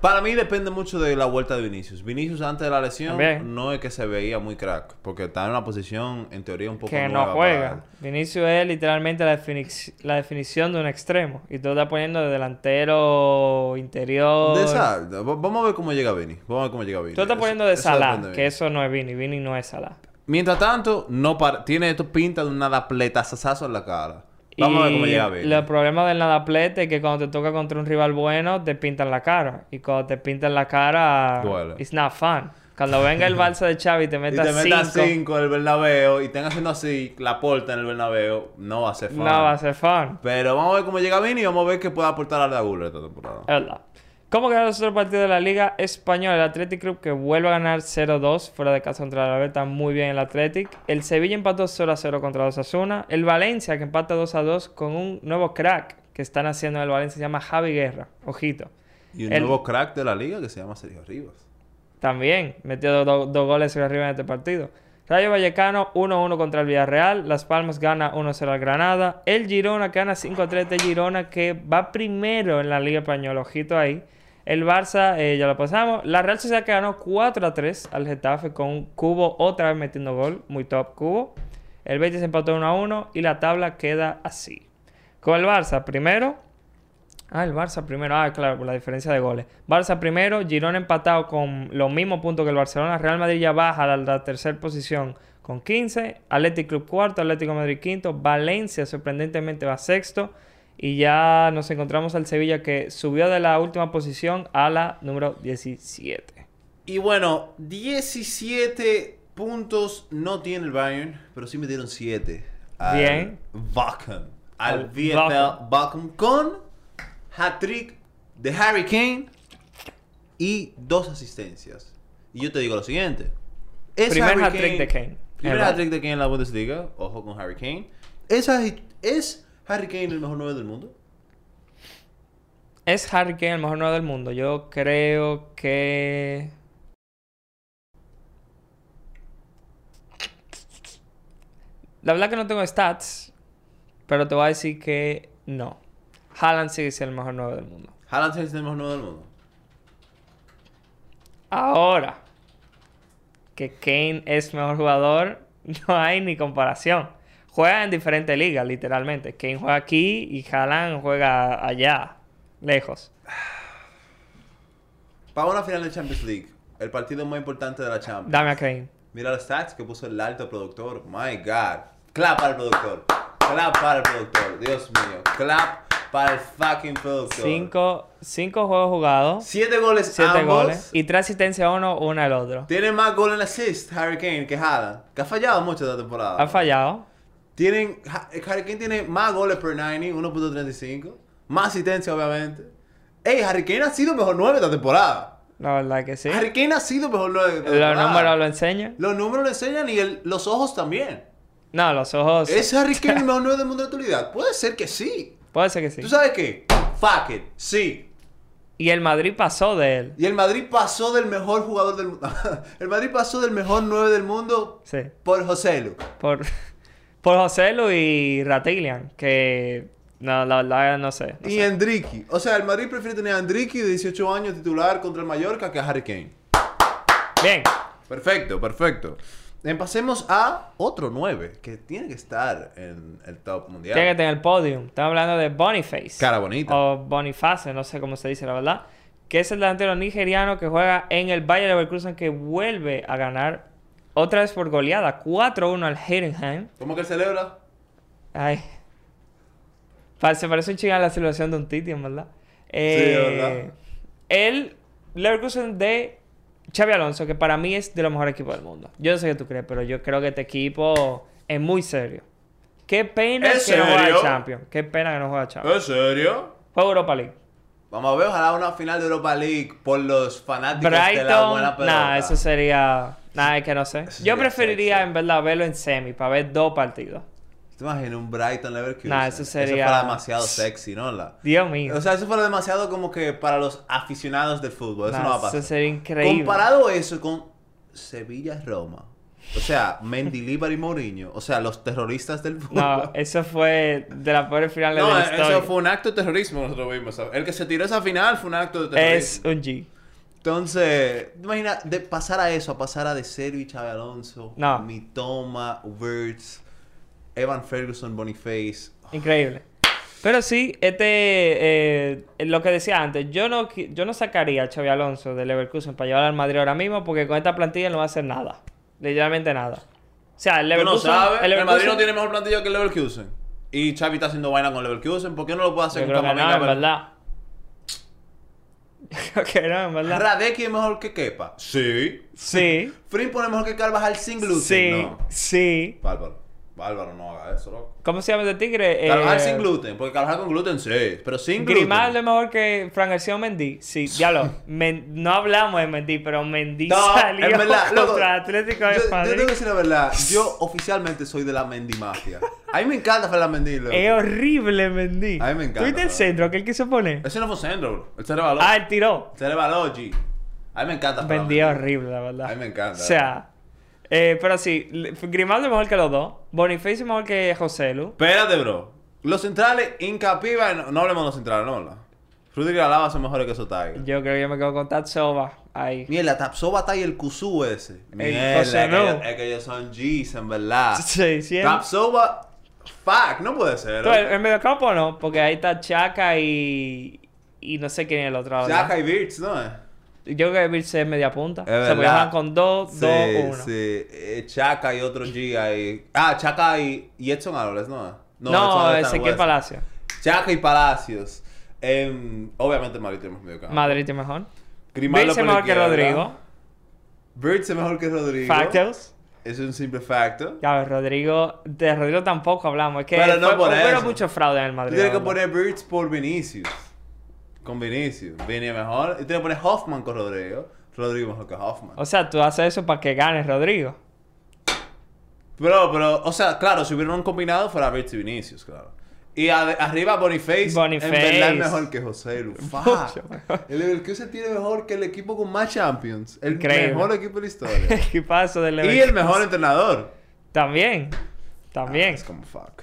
Para mí depende mucho de la vuelta de Vinicius. Vinicius antes de la lesión También. no es que se veía muy crack, porque está en una posición en teoría un poco Que nueva no para él. juega. Vinicius es literalmente la, defini- la definición de un extremo. Y tú lo estás poniendo de delantero, interior. De Sal, va- vamos a ver cómo llega Vini. Vamos a ver cómo llega Vini. Tú lo estás Eso- poniendo de eso depende Salah, de que Vini. eso no es Vini. Vini no es Salah. Mientras tanto, no par- tiene esto pinta de un nadapletazazazo en la cara. Vamos a ver cómo Y llega Vini. El problema del nadaplete es que cuando te toca contra un rival bueno, te pintan la cara. Y cuando te pintan la cara, Duele. it's not fun. Cuando venga el Barça de Xavi y te Y meta te metas cinco, 5 en el Bernabéu y estén haciendo así la puerta en el Bernabéu, no va a ser no fácil. va a ser fun. Pero vamos a ver cómo llega Vini y vamos a ver qué puede aportar Arda Güler esta temporada. Es verdad. ¿Cómo quedaron los otros partidos de la Liga Española? El Athletic Club que vuelve a ganar 0-2 fuera de casa contra la Beta. Muy bien el Athletic. El Sevilla empató 0-0 contra los Asuna. El Valencia que empata 2-2 con un nuevo crack que están haciendo en el Valencia se llama Javi Guerra. Ojito. Y un El- nuevo crack de la liga que se llama Sergio Rivas. También metió do- do- dos goles hacia arriba en este partido. Rayo Vallecano 1-1 contra el Villarreal. Las Palmas gana 1-0 al Granada. El Girona gana 5-3 de Girona que va primero en la Liga Española. Ojito ahí. El Barça, eh, ya lo pasamos. La Real Sociedad que ganó 4-3 al Getafe con Cubo otra vez metiendo gol. Muy top Cubo. El Betis empató 1-1 y la tabla queda así. Con el Barça primero, Ah, el Barça primero. Ah, claro, por la diferencia de goles. Barça primero, Girona empatado con los mismos puntos que el Barcelona. Real Madrid ya baja a la, la tercera posición con 15. Athletic Club cuarto, Atlético de Madrid quinto. Valencia sorprendentemente va sexto. Y ya nos encontramos al Sevilla que subió de la última posición a la número 17. Y bueno, 17 puntos no tiene el Bayern, pero sí metieron 7. Al Bien. Bochum. Al Al VfL Bochum con hat-trick de Harry Kane y dos asistencias. Y yo te digo lo siguiente. Es Primer Harry hat-trick de Kane. Primer Es verdad. hat-trick de Kane en la Bundesliga. Ojo con Harry Kane. ¿Es, Harry- es Harry Kane el mejor 9 del mundo? Es Harry Kane el mejor nuevo del mundo. Yo creo que... La verdad que no tengo stats, pero te voy a decir que no. Haaland sigue siendo el mejor 9 del mundo. Haaland es el mejor 9 del mundo. Ahora que Kane es mejor jugador, no hay ni comparación. Juega en diferentes ligas, literalmente. Kane juega aquí y Haaland juega allá, lejos. Para una final de Champions League, el partido más importante de la Champions. Dame a Kane. Mira los stats que puso el alto productor. My God. Clap para el productor. Clap para el productor. Dios mío. Clap para el fucking productor. Cinco, cinco juegos jugados. Siete goles Siete ambos. goles. Y tres asistencias uno, una al otro. Tiene más goles en assist Harry Kane que Haaland. Que ha fallado mucho esta temporada. Ha fallado. Tienen, Ha- Harry Kane tiene más goles per 90, 1.35. Más asistencia, obviamente. Ey, Harry Kane ha sido mejor 9 esta temporada. La verdad que sí. Harry Kane ha sido mejor 9 esta temporada. Los números lo enseñan. Los números lo enseñan y el- los ojos también. No, los ojos. ¿Es Harry Kane el mejor 9 del mundo de la actualidad? Puede ser que sí. Puede ser que sí. ¿Tú sabes qué? Fuck it. Sí. Y el Madrid pasó de él. Y el Madrid pasó del mejor jugador del mundo. el Madrid pasó del mejor 9 del mundo Sí. por José Lu. Por, por José Luis y Ratilian. Que. No, la verdad, no sé. no Y sé. Endricky. O sea, el Madrid prefiere tener a Endricky de 18 años titular contra el Mallorca que a Harry Kane. Bien. Perfecto, perfecto. Eh, pasemos a otro 9 que tiene que estar en el top mundial. Tiene que tener el podium. Estamos hablando de Boniface. Cara bonita. O Boniface, no sé cómo se dice la verdad. Que es el delantero nigeriano que juega en el Bayer Leverkusen que vuelve a ganar otra vez por goleada. 4-1 al Heidenheim. ¿Cómo que él celebra? Ay. Pa- Se parece un chingo a la celebración de un Titi, en verdad. Eh, ¿verdad? El Leverkusen de Xavi Alonso, que para mí es de los mejores equipos del mundo. Yo no sé qué tú crees, pero yo creo que este equipo es muy serio. Qué pena que ¿Es no juega serio? Eh. a Champions. Qué pena que no juega a Champions. ¿En serio? Fue Europa League. Vamos a ver, ojalá una final de Europa League por los fanáticos de Ah, la Brighton. buena pelota. Nah, eso sería. Nah, es que no sé. Eso Yo sería preferiría, sexy. en verdad, verlo en semi para ver dos partidos. ¿Te imaginas un Brighton Leverkusen? Nah, eso sería- Eso fuera demasiado sexy, ¿no? La- Dios mío. O sea, eso fuera demasiado como que para los aficionados del fútbol. Eso Nah, no va a pasar. eso sería increíble. Comparado eso con Sevilla-Roma. O sea, Mendilibar y Mourinho. O sea, los terroristas del fútbol. No, eso fue de la peor final de No, eh, la historia. eso fue un acto de terrorismo nosotros vimos. El que se tiró esa final fue un acto de Es terrorismo. un G. Entonces, imagina, de pasar a eso, a pasar a De Servi y Xabi Alonso, No. Mitoma, Wirtz, Evan Ferguson, Boniface. Increíble. Pero sí, este, eh, lo que decía antes, yo no, qui- yo no sacaría a Xavi Alonso de Leverkusen para llevar al Madrid ahora mismo porque con esta plantilla no va a hacer nada. Literalmente nada. O sea, el Tú no Leverkusen... sabes, el, Leverkusen- Madrid no tiene mejor plantilla que el Leverkusen. Y Xavi está haciendo vaina con Leverkusen, ¿por qué no lo puede Yo hacer creo con que no, Camavinga? en verdad. Yo creo que no, en verdad. Radeki es mejor que Kepa. Sí. Sí, Frimpong es mejor que Carvajal sin gluten. sí, No. sí. Bárbaro. Bárbaro, no haga eso, loco. ¿Cómo se llama este tigre? Trabajar Eh, sin gluten, porque trabajar con gluten sí, pero sin gluten. Grimaldo es mejor que Fran García o Mendy. Sí, diablo. Men- no hablamos de Mendy, pero Mendy No, salió es verdad, loco. contra Atlético de Yo, yo Madrid. tengo que decir la verdad, yo oficialmente soy de la mendimafia. A mí me encanta Fernando Mendy, loco. Es horrible Mendy. A mí me encanta, ¿Tuviste el bro. centro que él quiso poner? Ese no fue centro, bro. El cerebro Ah, él tiró. El cerebro G. A mí me encanta Fernando Mendy es horrible, la verdad. A mí me encanta. O sea, eh, pero sí, le- Grimaldo es mejor que los dos. Bonifacio es mejor que Joselu. Espérate, bro. Los centrales, Incapiva, no, no hablemos de los centrales, no hablamos. Rudy y Alaba son mejores que esos Tigers. Yo creo que yo me quedo con Tatsova ahí. Mierda, Tapsoba y el Kusu ese. Mierda, o sea, es que no. ellos- es que ellos son Gs, en verdad. Sí, sí. él- Tapsoba, fuck, no puede ser. Entonces, ¿no? en mediocampo no, porque ahí está Chaca y. Y no sé quién es el otro. ahora. Xhaka y Birds, ¿no es? Yo creo que Virse es media punta. Es o sea, porque verdad. van con 2, 2, Sí, 1. sí. Eh, Chaka y otro G ahí. Ah, Chaka y, y Edson Álvarez, ¿no es? No, Edson Álvarez está en Ezequiel West. Palacio. Chaka y Palacios. Em, obviamente Madrid tenemos medio campo. Madrid es mejor. Grimaldo Virse por mejor que izquierda. Rodrigo. Birds es mejor que Rodrigo. Factos. Es un simple facto. Ya ves, Rodrigo. De Rodrigo tampoco hablamos. Es que Pero no fue- por hubo eso. mucho fraude en el Tú Madrid. tienes que la verdad. poner Birds por Vinicius. Con Vinicius. Vini es mejor. Y tú tienes que poner Hoffman con Rodrigo. Rodrigo mejor que Hoffman. O sea, tú haces eso para que gane Rodrigo. Pero, pero, o sea, claro, si hubieran combinado fuera Birds y Vinicius, claro. Y ade- arriba Boniface, Boniface. en verdad es mejor que José Lu. Mucho Fuck. mejor. El Leverkusen tiene mejor que el equipo con más Champions. El Increíble. mejor equipo de la historia. ¿Qué pasa del y el mejor entrenador. También. También. Ah, es como fuck.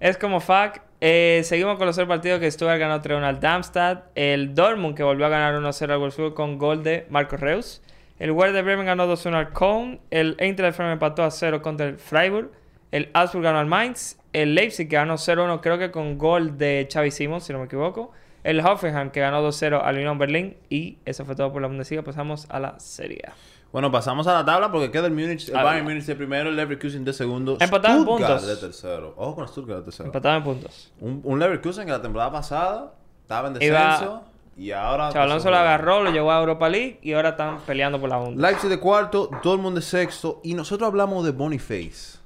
Es como fuck. Eh, seguimos con los otros partidos que Stuttgart ganó 3-1 al Darmstadt. El Dortmund que volvió a ganar 1-0 al Wolfsburg con gol de Marco Reus. El Werder Bremen ganó 2-1 al Köln. El Eintracht Frankfurt empató a 0 contra el Freiburg. El Augsburg ganó al Mainz. El Leipzig que ganó 0-1 creo que con gol de Xavi Simons, si no me equivoco. El Hoffenheim que ganó 2-0 al Union Berlin. Y eso fue todo por la Bundesliga. Pasamos a la Serie A. Bueno, pasamos a la tabla porque queda el Munich, el Ah, Bayern no. Munich de primero, el Leverkusen de segundo, Empatado en Stuttgart puntos. de tercero. Ojo con Stuttgart de tercero. Empatado en puntos. Un, un Leverkusen que la temporada pasada estaba en Iba- descenso y ahora... pues, Chao, Alonso lo agarró, lo llevó a Europa League y ahora están peleando por la Bundesliga. Leipzig de cuarto, Dortmund de sexto y nosotros hablamos de Boniface,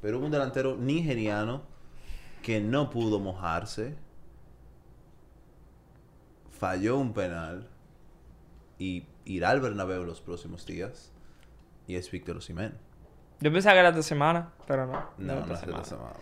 pero hubo un delantero nigeriano que no pudo mojarse, falló un penal y irá al Bernabéu los próximos días y es Víctor Osimhen. Yo pensaba que era esta semana, pero no. No, era no, esta es de semana. esta semana.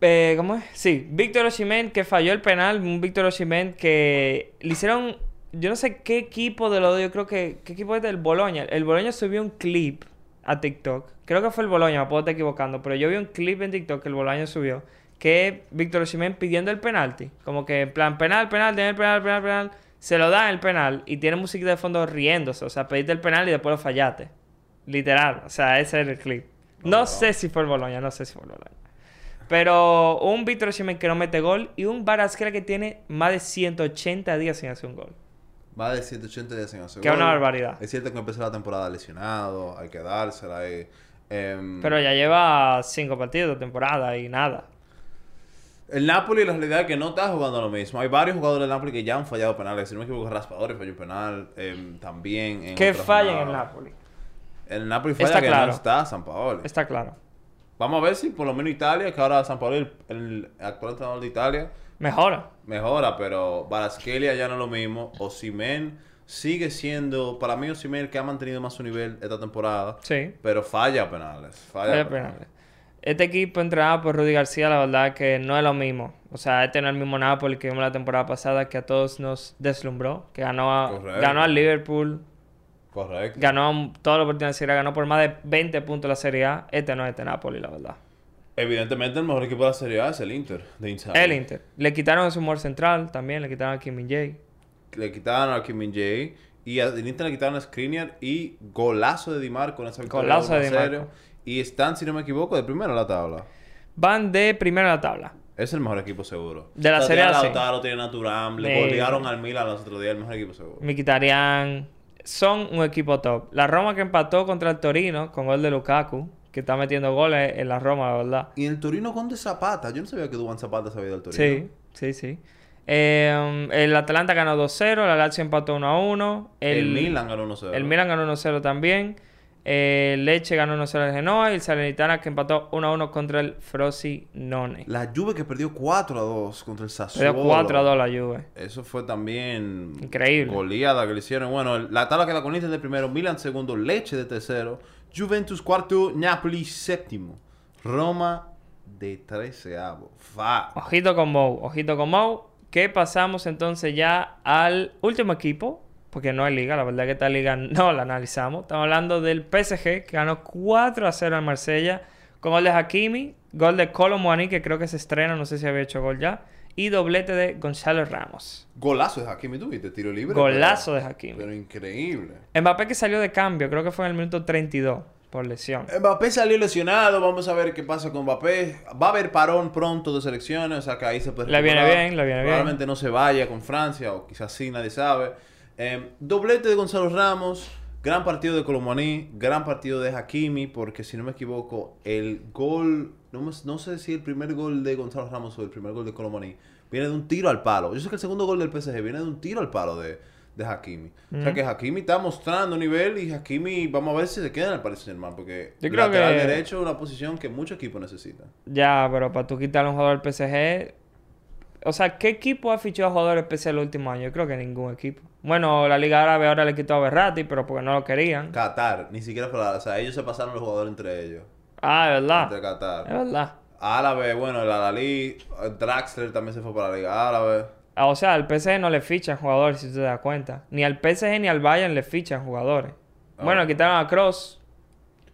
Eh, ¿Cómo es? Sí, Víctor Osimhen que falló el penal. Un Víctor Osimhen que le hicieron. Yo no sé qué equipo de lo. Yo creo que. ¿Qué equipo es del Boloña? El Boloña subió un clip a TikTok. Creo que fue el Boloña, me puedo estar equivocando. Pero yo vi un clip en TikTok que el Boloña subió. Que es Víctor Osimhen pidiendo el penalti. Como que en plan, penal, penal, den el penal, penal, penal. Se lo dan el penal y tiene música de fondo riéndose. O sea, pediste el penal y después lo fallaste. Literal. O sea, ese era el clip. No Wow. sé si fue el Boloña, no sé si fue el Boloña. Pero un Víctor Osimhen que no mete gol y un Barasquera que tiene más de 180 días sin hacer un gol. Va de 180 días sin hacer Que es una gol. barbaridad. Es cierto que empezó la temporada lesionado, hay que dársela ahí. Em, Pero ya lleva 5 partidos de temporada y nada. El Napoli, la realidad es que no está jugando lo mismo. Hay varios jugadores del Napoli que ya han fallado penales. Si no me equivoco, Raspadori falló un penal. em, también. En Que otra falla en el jornada. Napoli. El Napoli falla Está que claro. no está San Paolo. Está claro. Vamos a ver si por lo menos Italia, que ahora San Paolo, el, el actual entrenador de Italia, Mejora. mejora, pero Baraskelia ya no es lo mismo. Osimen sigue siendo, para mí, Osimen que ha mantenido más su nivel esta temporada. Sí. Pero falla penales. Falla, Vaya penales. penales. Este equipo entrenado por Rudy García, la verdad que no es lo mismo. O sea, este no es el mismo Napoli que vimos la temporada pasada que a todos nos deslumbró. Que ganó, a- Correcto. ganó al Liverpool, Correcto. ganó a todos los partidos de Serie A, ganó por más de 20 puntos la Serie A. Este no es este Napoli, la verdad. Evidentemente el mejor equipo de la Serie A es el Inter de Inzaghi. El Inter. Le quitaron a su humor central también, le quitaron a Kim Min-jae. Le quitaron a Kim Min Jae y al Inter le quitaron a Skriniar y golazo de Di Marco en esa victoria Golazo de Di 1-0. Marco. Y están, si no me equivoco, de primero en la tabla. Van de primero a la tabla. Es el mejor equipo seguro. De la Serie A, Tiene sí. Lautaro, tiene a Thuram, le Sí. golearon al Milan los otros días, el mejor equipo seguro. Miquitarian son un equipo top. La Roma que empató contra el Torino con gol de Lukaku, que está metiendo goles en la Roma, la verdad. Y el Torino con De Zapata. Yo no sabía que Duban Zapata sabía del Torino. Sí, sí, sí. Eh, el Atalanta ganó 2-0, la Lazio empató 1-1. El, Milan ganó 1-0. El Milan ganó 1-0 también. Eh, Leche ganó 1-0 al Genoa y el Salernitana que empató 1-1 contra el Frosinone. La Juve que perdió 4 a 2 contra el Sassuolo. Perdió 4-2 la Juve. Eso fue también. Increíble. Goleada que le hicieron. Bueno, el- la tabla que la coniste es de primero, Milan segundo, Leche de tercero, Juventus cuarto, Napoli séptimo, Roma de treceavo. Va. Ojito con Mou, ojito con Mou. Que pasamos entonces ya al último equipo, porque no hay liga, la verdad que esta liga no la analizamos. Estamos hablando del PSG, que ganó 4 a 0 al Marsella, con gol de Hakimi, gol de Colomboani, que creo que se estrena, no sé si había hecho gol ya, y doblete de Gonzalo Ramos. Golazo de Hakimi tuviste, tiro libre. Golazo de pero, Hakimi. Pero increíble. Mbappé que salió de cambio, creo que fue en el minuto 32, por lesión. Mbappé salió lesionado, vamos a ver qué pasa con Mbappé. Va a haber parón pronto de selecciones, o sea que ahí se puede Le viene recuperar. bien, le viene bien. Probablemente no se vaya con Francia, o quizás sí, nadie sabe. Eh, doblete de Gonzalo Ramos, gran partido de Colomani, gran partido de Hakimi, porque si no me equivoco, el gol, no, me- no sé si el primer gol de Gonzalo Ramos o el primer gol de Colomani viene de un tiro al palo. Yo sé que el segundo gol del PSG viene de un tiro al palo de, de Hakimi. O sea que Hakimi está mostrando nivel y Hakimi, vamos a ver si se queda en el Paris Saint-Germain, porque Yo creo lateral que- derecho es una posición que muchos equipos necesitan. Ya, pero para tú quitarle un jugador al PSG. O sea, ¿qué equipo ha fichado a jugadores PSG el último año? Yo creo que ningún equipo. Bueno, la Liga Árabe ahora le quitó a Berrati, pero porque no lo querían. Qatar, ni siquiera para, o sea, ellos se pasaron los jugadores entre ellos. Ah, es Entre verdad. Es Qatar. verdad. Árabe, bueno, el Alalí, Draxler también se fue para la Liga Árabe. Ah, O sea, al PSG no le fichan jugadores, si tú te das cuenta. Ni al PSG ni al Bayern le fichan jugadores. Ah. Bueno, quitaron a Cross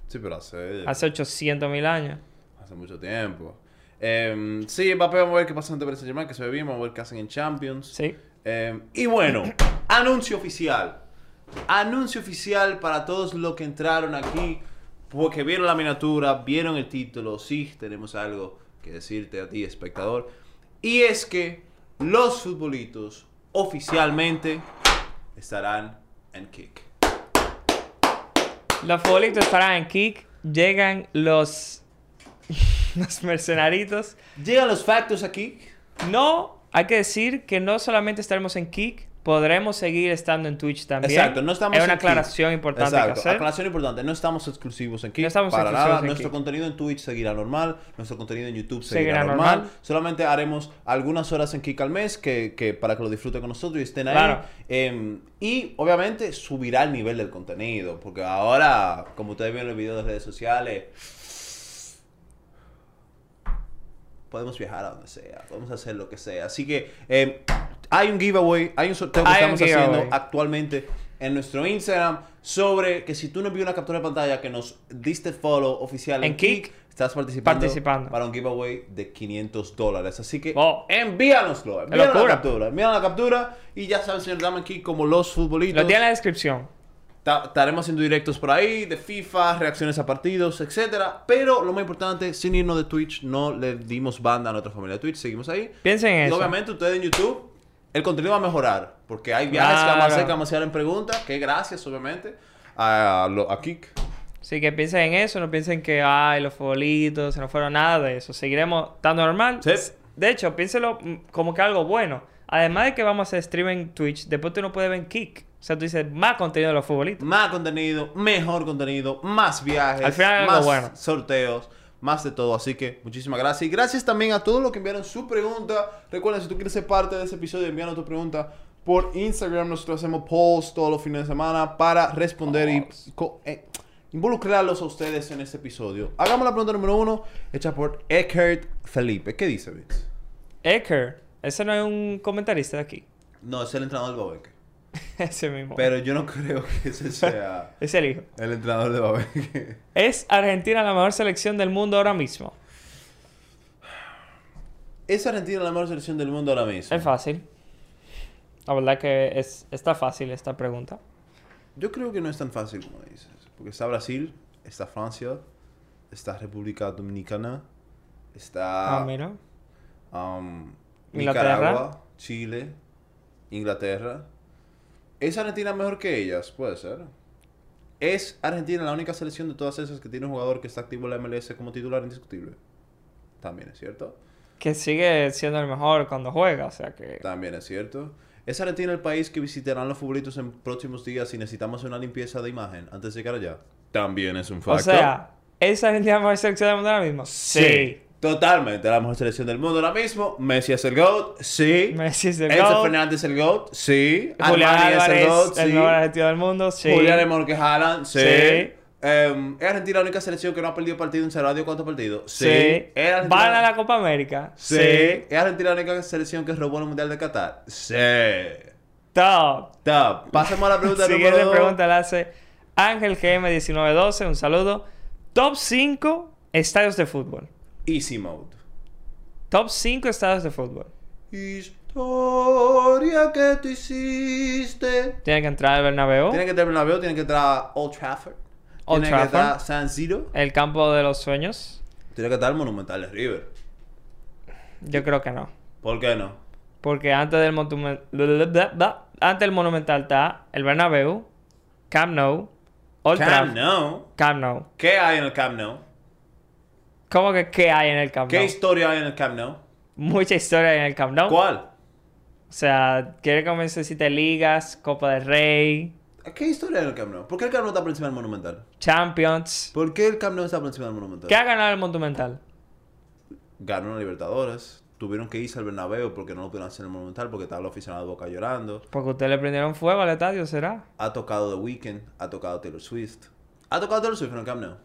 Sí, pero hace, hace... hace 800 mil años. mucho tiempo. Em, sí, Mbappé, vamos a ver qué pasa ante Paris Saint-Germain, que se ve bien, vamos a ver qué hacen en Champions. Sí. Eh, y bueno, anuncio oficial. Anuncio oficial para todos los que entraron aquí, porque vieron la miniatura, vieron el título, sí, tenemos algo que decirte a ti, espectador. Y es que los futbolitos oficialmente estarán en Kick. Los futbolistas estarán en kick. Llegan los. los mercenaritos. Llegan los factos a Kick. No, hay que decir que no solamente estaremos en Kick, podremos seguir estando en Twitch también. Exacto, no estamos Es una en Kick. aclaración importante Exacto, que hacer. aclaración importante. No estamos exclusivos en Kick. No estamos para exclusivos nada. en Nuestro Kick. contenido en Twitch seguirá normal. Nuestro contenido en YouTube seguirá, Seguirá normal. normal. Solamente haremos algunas horas en Kick al mes que, que para que lo disfruten con nosotros y estén ahí. Claro. Em, y obviamente subirá el nivel del contenido. Porque ahora, como ustedes ven en los videos de redes sociales. Podemos viajar a donde sea, podemos hacer lo que sea. Así que em, hay un giveaway, hay un sorteo que Hay un estamos haciendo giveaway. actualmente en nuestro Instagram sobre que si tú nos vio una captura de pantalla que nos diste follow oficial en, En Kik, Kik, estás participando, participando. para un giveaway de 500 dólares. Así que Wow. envíanoslo, envíanos la locura. captura, envíanos la captura y ya saben, señor Dame Kik, como los futbolitos. Lo tiene en la descripción. Ta- Estaremos haciendo directos por ahí, de FIFA, reacciones a partidos, etcétera. Pero lo más importante, sin irnos de Twitch, no le dimos banda a nuestra familia de Twitch, seguimos ahí. Piensen en Y eso. obviamente ustedes en YouTube, el contenido va a mejorar. Porque hay viajes que vamos a hacer, Claro. que vamos a hacer en preguntas, que gracias, obviamente, a, lo- a Kik. Así que piensen en eso, no piensen que, ay, los futbolitos, se nos fueron nada de eso. Seguiremos tan normal. Sí. De hecho, piénselo mm, como que algo bueno. Además de que vamos a hacer stream en Twitch, después tú no puedes ver en Kick. O sea, tú dices más contenido de los futbolitos. Más contenido, mejor contenido, más viajes, Al final algo más bueno. sorteos, más de todo. Así que muchísimas gracias. Y gracias también a todos los que enviaron su pregunta. Recuerden, si tú quieres ser parte de ese episodio, envíanos tu pregunta por Instagram. Nosotros hacemos polls todos los fines de semana para responder y co- eh, involucrarlos a ustedes en este episodio. Hagamos la pregunta número uno, hecha por Eckert Felipe. ¿Qué dice, Vince? Ecker, ese no es un comentarista de aquí. No, es el entrenador del Babeque. ese mismo. Pero yo no creo que ese sea Es el hijo. el entrenador de Babeque. ¿Es Argentina la mejor selección del mundo ahora mismo? ¿Es Argentina la mejor selección del mundo ahora mismo? Es fácil. La verdad que es, está fácil esta pregunta. Yo creo que no es tan fácil como dices. Porque está Brasil, está Francia, está República Dominicana, está Ah, mira. um, Inglaterra. Nicaragua, Chile, Inglaterra. ¿Es Argentina mejor que ellas? Puede ser. ¿Es Argentina la única selección de todas esas que tiene un jugador que está activo en la MLS como titular indiscutible? También es cierto. Que sigue siendo el mejor cuando juega, o sea que... También es cierto. ¿Es Argentina el país que visitarán los favoritos en próximos días si necesitamos una limpieza de imagen antes de llegar allá? También es un O factor. sea, ¿esa es la mejor selección del mundo ahora mismo? Totalmente, la mejor selección del mundo ahora mismo. Messi es el GOAT, sí. Messi es el Enzo GOAT. Fernández es el GOAT, sí. Julián Armani es Álvarez, el GOAT, el sí. mejor argentino del mundo. Sí. Julián Emorque Haaland, sí. Sí. Em, ¿Es Argentina la única selección que no ha perdido partido en Seradio? ¿Cuántos partidos? sí. ¿Es Argentina- Van a la Copa América. Sí. ¿Es Argentina la única selección que robó el Mundial de Qatar? Sí. Top. Top. Pasemos a la pregunta Siguiente número dos. pregunta la hace Ángel GM1912. Un saludo. Top 5 estadios de fútbol. Easy mode. Top 5 estadios de fútbol. Historia que tú hiciste. Tiene que entrar el Bernabéu. Tiene que entrar Bernabéu, tiene que entrar Old Trafford. Old tiene que Trafford. entrar San Siro. El campo de los sueños. Tiene que estar Monumental de River. Yo creo que no. ¿Por qué no? Porque antes del, Monumen- antes del Monumental está el Bernabéu, Camp Nou, Old Camp Trafford. Nou. Camp Nou. ¿Qué hay en el Camp Nou? ¿Cómo que qué hay en el Camp ¿Qué Nou? historia hay en el Camp Nou? Mucha historia en el Camp Nou. ¿Cuál? O sea, quiere comenzar siete ligas, Copa del Rey, ¿Qué historia hay en el Camp Nou? ¿Por qué el Camp Nou está por encima del Monumental? Champions. ¿Por qué el Camp Nou está por encima del Monumental? ¿Qué ha ganado el Monumental? Ganó la Libertadores. Tuvieron que irse al Bernabéu porque no lo pudieron hacer en el Monumental porque estaban los aficionados de Boca llorando. Porque ustedes le prendieron fuego al estadio, ¿será? Ha tocado The Weeknd. Ha tocado Taylor Swift. Ha tocado Taylor Swift en el Camp Nou.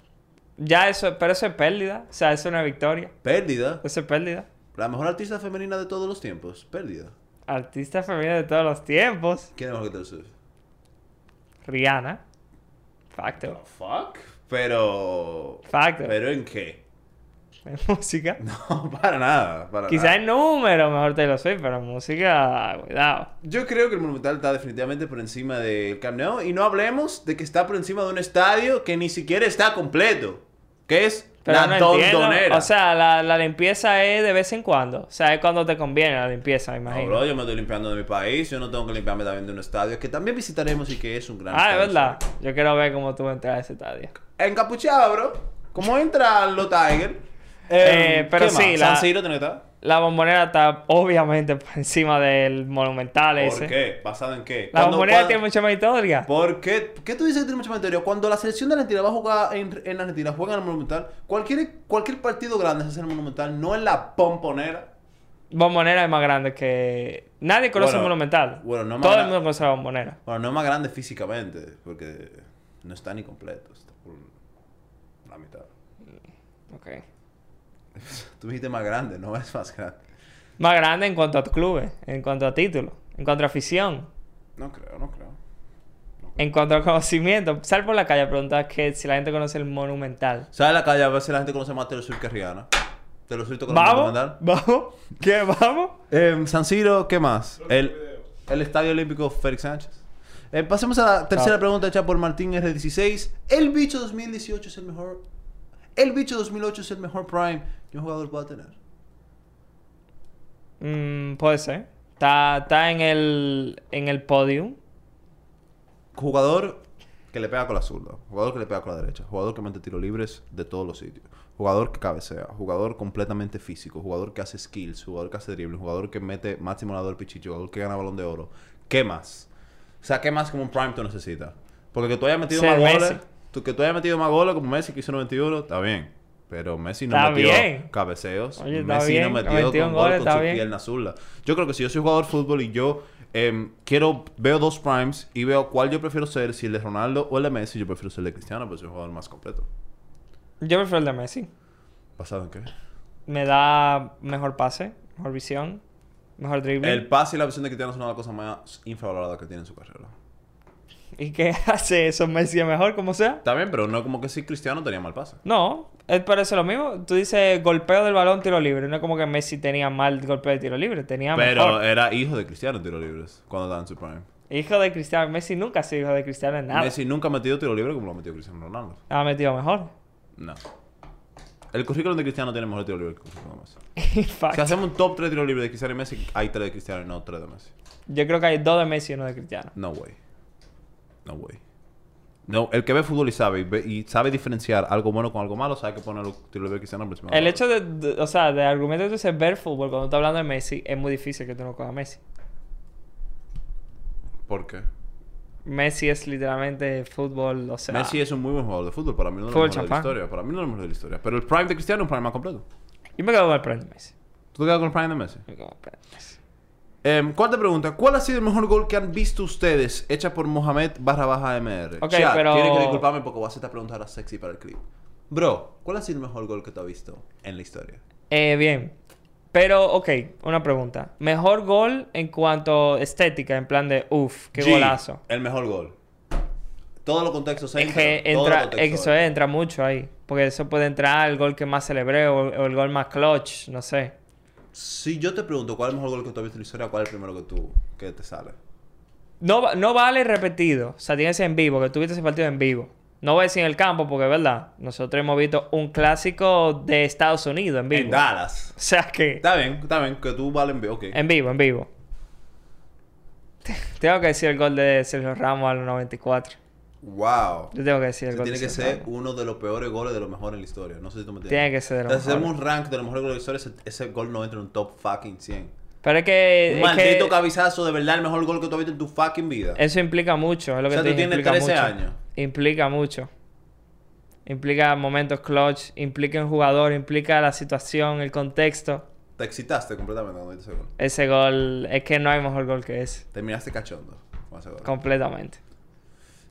Ya eso, pero eso es pérdida. O sea, eso es una victoria. Pérdida. Eso es pérdida. La mejor artista femenina de todos los tiempos. Pérdida. Artista femenina de todos los tiempos. ¿Quién es mejor que Taylor Swift? Rihanna. Facto. Fuck. Pero. Facto. ¿Pero en qué? En música. No, para nada. Para Quizás nada. en número mejor te lo soy, pero en música, cuidado. Yo creo que el Monumental está definitivamente por encima del Camp Nou. Y no hablemos de que está por encima de un estadio que ni siquiera está completo. Que es Pero la no entiendo. Tondonera. O sea, la, la limpieza es de vez en cuando. O sea, es cuando te conviene la limpieza, me No, imagino. bro, yo me estoy limpiando de mi país. Yo no tengo que limpiarme también de un estadio que también visitaremos y que es un gran ah, es estadio. verdad. Yo quiero ver cómo tú entras a ese estadio. Encapuchado, bro. ¿Cómo entran los Em, Tigers? Eh, pero sí, la... la- San Siro tiene que estar. La bombonera está obviamente por encima del monumental ¿Por ese. qué? ¿Basado en qué? La Cuando- bombonera cuando- tiene mucha más historia. ¿Por qué? ¿Qué tú dices que tiene mucho más interior? Cuando la selección de Argentina va a jugar en, en Argentina, juega en el Monumental, cualquier, cualquier partido grande se hace en el Monumental, no en la pomponera. Bombonera es más grande que. Nadie conoce Bueno, el monumental. bueno, no más Todo el gra- mundo conoce la bombonera. Bueno, no es más grande físicamente, porque no está ni completo, está por la mitad. Ok. Tú dijiste más grande, no es más grande. Más grande en cuanto a clubes, en cuanto a títulos, en cuanto a afición. No creo, no creo. En cuanto a conocimiento, sal por la calle a preguntar que si la gente conoce el Monumental. ¿Sabes la calle? A ver si la gente conoce más Taylor Swift que Rihanna. Taylor Swift conoce el ¿Vamos? Monumental. ¿Vamos? ¿Qué? ¿Vamos? Em, San Siro, ¿qué más? El, el Estadio Olímpico Félix Sánchez. Eh, pasemos a la tercera Ah. pregunta hecha por Martín R16. ¿El bicho 2018 es el mejor? ¿El bicho 2008 es el mejor prime que un jugador pueda tener? Mm, puede ser. Está, está en el en el podium. Jugador que le pega con la zurda, jugador que le pega con la derecha, jugador que mete tiros libres de todos los sitios, jugador que cabecea, jugador completamente físico, jugador que hace skills, jugador que hace dribles, jugador que mete máximo lado del pichicho, jugador que gana balón de oro. ¿Qué más? O sea, ¿qué más como un prime tú necesitas? Porque que tú hayas metido Ser más goles, Messi. tú, que tú hayas metido más goles como Messi que hizo 91, está bien. Pero Messi no Está metió bien. cabeceos. Oye, está Messi no bien, metió, 91 con goles goles, con está su bien. pierna zurda. Yo creo que si yo soy jugador de fútbol y yo em, quiero veo dos primes y veo cuál yo prefiero ser, si el de Ronaldo o el de Messi, yo prefiero ser el de Cristiano, pues soy un jugador más completo. Yo prefiero el de Messi. ¿Basado en qué? Me da mejor pase, mejor visión, mejor drible. El pase y la visión de Cristiano son una de las cosas más infravaloradas que tiene en su carrera. ¿Y qué hace eso Messi es mejor, como sea? Está bien, pero no como que si Cristiano tenía mal pase. No, es parece lo mismo. Tú dices golpeo del balón, tiro libre. No es como que Messi tenía mal golpeo de tiro libre, tenía Pero eh, mejor. era hijo de Cristiano en tiro libres cuando estaba en su prime. Hijo de Cristiano. Messi nunca ha sido hijo de Cristiano en nada. Messi nunca ha metido tiro libre como lo ha metido Cristiano Ronaldo. Ha metido mejor. No. El currículum de Cristiano tiene mejor tiro libre que el currículum de Messi. Fact. Si hacemos un top 3 tiro libre de Cristiano y Messi, hay 3 de Cristiano y no 3 de Messi. Yo creo que hay dos de Messi y uno de Cristiano. No way. No way. No, el que ve fútbol y sabe, y, ve- y sabe diferenciar algo bueno con algo malo, sabe que pone los tiro libre de Cristiano por encima de El los hecho de, de- o sea, de argumento que tú dices ver fútbol cuando estás hablando de Messi, es muy difícil que tú no cojas a Messi. otros. ¿Por qué? Messi es literalmente fútbol, o sea... Messi es un muy buen jugador de fútbol. Para mí no es lo Fútbol mejor de la champán. historia. Para mí no es lo mejor de la historia. Pero el Prime de Cristiano es un Prime más completo. Yo me quedo con el premio de Messi. ¿Tú te quedas con el Prime de Messi? Yo me quedo con el premio de Messi. Em, cuarta pregunta. ¿Cuál ha sido el mejor gol que han visto ustedes hecha por Mohamed barra baja MR? Ok, Chat, pero- tienes que disculparme porque voy a hacer esta pregunta ahora sexy para el clip. Bro, ¿cuál ha sido el mejor gol que tú has visto en la historia? Eh, bien. Pero, ok, una pregunta. Mejor gol en cuanto estética, en plan de, uff, qué G, golazo. El mejor gol. Todos los contextos Es que entran, todos los entra, eh. contextos eso es, entra mucho ahí. Porque eso puede entrar el gol que más celebré o, o el gol más clutch, no sé. Si yo te pregunto cuál es el mejor gol que tú has visto en la historia, ¿cuál es el primero que tú que te sale? No, va- no vale repetido. O sea, tiene que ser en vivo, que tuviste ese partido en vivo. No voy a decir en el campo, porque es verdad. Nosotros hemos visto un clásico de Estados Unidos en vivo. En o Dallas. sea que. Está bien, está bien, que tú valen bien, ok. En vivo, en vivo. Tengo que decir el gol de Sergio Ramos al 94. Wow. Yo tengo que decir el Ese gol tiene de que Sergio ser Ramos. uno de los peores goles de los mejores en la historia. No sé si tú me entiendes. Tiene que ser de los Entonces, mejores. hacemos un rank de los mejores goles de la historia, ese, ese gol no entra en un top fucking 100. Pero es que. Un es que maldito cabezazo, de verdad, el mejor gol que tú has visto en tu fucking vida. Eso implica mucho. Es lo O que sea, te tú dije, tienes implica 13 mucho. años. Implica mucho. Implica momentos clutch, implica un jugador, implica la situación, el contexto. Te excitaste completamente cuando viste ese gol. Ese gol, es que no hay mejor gol que ese. Terminaste cachondo con ese gol. Completamente.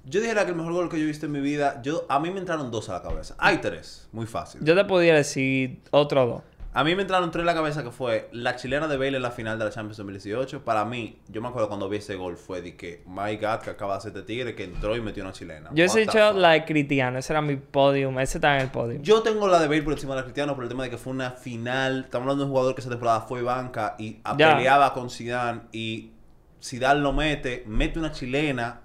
Yo dijera que el mejor gol que yo he visto en mi vida, yo, a mí me entraron dos a la cabeza. Hay tres, muy fácil. Yo te pudiera decir otro dos. A mí me entraron tres en la cabeza que fue la chilena de Bale en la final de la Champions 2018. Para mí, yo me acuerdo cuando vi ese gol, fue de que, my God, que acaba de hacer este tigre que entró y metió una chilena. Yo What he the dicho fuck? la de Cristiano, ese era mi podium, ese estaba en el podium. Yo tengo la de Bale por encima de la Cristiano por el tema de que fue una final. Estamos hablando de un jugador que esa temporada fue banca y a- Ya. peleaba con Zidane y Zidane lo mete, mete una chilena,